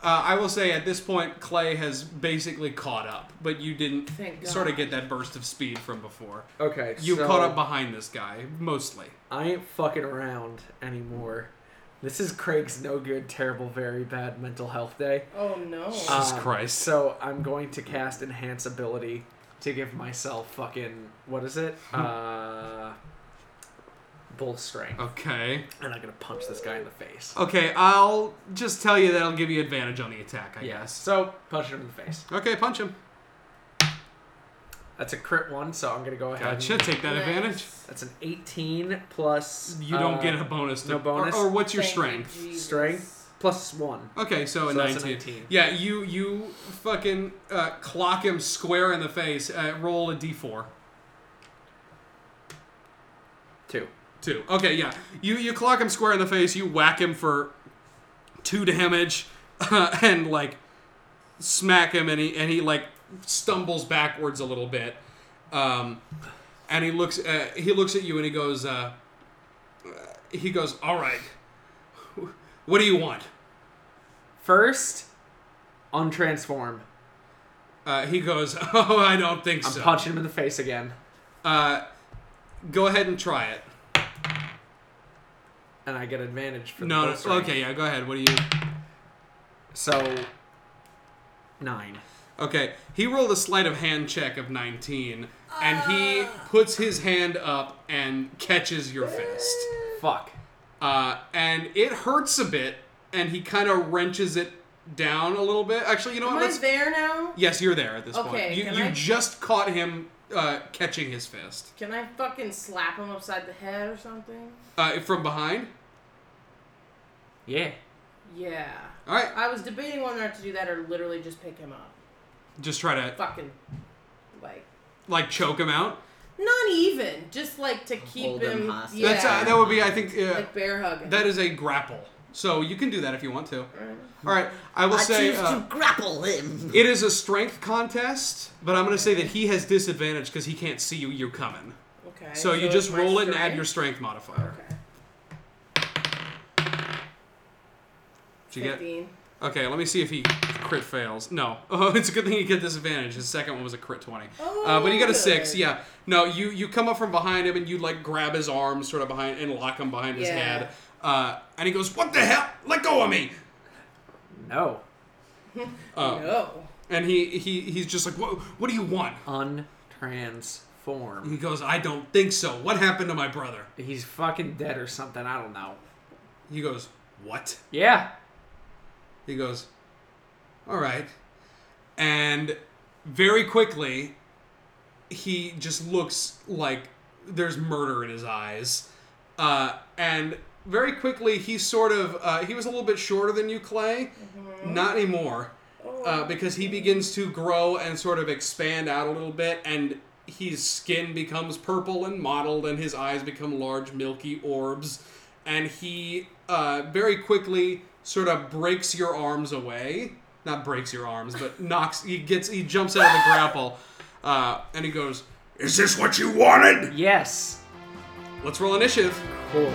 Uh, I will say at this point Clay has basically caught up, but you didn't
Thank God.
sort of get that burst of speed from before.
okay,
You
so
caught up behind this guy mostly.
I ain't fucking around anymore. This is Craig's no good, terrible, very bad mental health day.
Oh no.
Jesus Christ.
So I'm going to cast enhance ability to give myself fucking what is it?
Hmm.
Uh, bull strength,
Okay.
and I'm gonna punch this guy in the face.
Okay, I'll just tell you that I'll give you advantage on the attack, I
Yeah,
guess.
so punch him in the face.
Okay, punch him.
That's a crit one, so I'm gonna go ahead. and-
Gotcha. Take that
Nice.
advantage.
That's an uh, 18 plus.
You don't
uh,
get a bonus. To,
no bonus?
Or, or what's your
Thank you,
strength?
Jesus.
Strength? plus one.
Okay, so, a
So that's a
19.
19.
Yeah, you you fucking uh, clock him square in the face. Uh, roll a d4.
Two.
Two. Okay, yeah. You you clock him square in the face. You whack him for two damage, [laughs] and like smack him, and he and he like stumbles backwards a little bit. Um, and he looks uh, he looks at you, and he goes uh, uh, he goes, all right. What do you want?
First, untransform.
Uh, he goes, [laughs] oh, I don't think
I'm
so.
punching him in the face again,
Uh, go ahead and try it.
and I get advantage for the
No,
bolstering.
no, okay, yeah, go ahead. What do you?
So nine.
Okay, he rolled a sleight of hand check of 19, and he
Ah.
puts his hand up and catches your fist.
Fuck.
Uh, and it hurts a bit, and he kind of wrenches it down a little bit. Actually, you know
Am
what?
I
Let's.
there now?
Yes, you're there at this
Okay,
point. You,
can
you
I-
just caught him uh, catching his fist
Can I fucking slap him upside the head or something?
uh, from behind.
Yeah.
Yeah.
All right,
I was debating whether or not to do that or literally just pick him up.
just try to
Fucking, like,
like choke him out.
not even. Just like to keep
Hold him
him.
hostage.
yeah.
That's uh, that would be, I think, uh,
like bear hugging.
That is a grapple. So you can do that if you want to. All right. I will
I
say
choose
uh,
to grapple him.
it is a strength contest, but I'm going to say that he has disadvantage because he can't see you. You're coming.
okay.
So you just
it's my
roll it and add
strength?
your strength modifier.
Okay.
Did you get?
15.
Okay. Let me see if he crit fails. No. [laughs] Oh, it's a good thing you get disadvantage. His second one was a crit twenty. uh, but he got a six.
good.
Yeah. No. You you come up from behind him and you like grab his arm sort of behind and lock him behind his
Yeah.
head. Uh, and he goes, "What the hell? Let go of me!"
No.
Uh,
No.
And he, he he's just like, "What? What do you want?"
Untransform.
He goes, I don't think so. What happened to my brother?
He's fucking dead or something. I don't know.
He goes, What?
Yeah.
He goes, All right. And very quickly, he just looks like there's murder in his eyes. Uh, and very quickly, he sort of, uh, he was a little bit shorter than you, Clay. Not anymore. Uh, because he begins to grow and sort of expand out a little bit, and his skin becomes purple and mottled, and his eyes become large, milky orbs. And he uh, very quickly sort of breaks your arms away. Not breaks your arms, but knocks. He gets. He jumps out of the grapple, uh, and he goes, "Is this what you wanted?"
Yes.
Let's roll initiative.
Cool.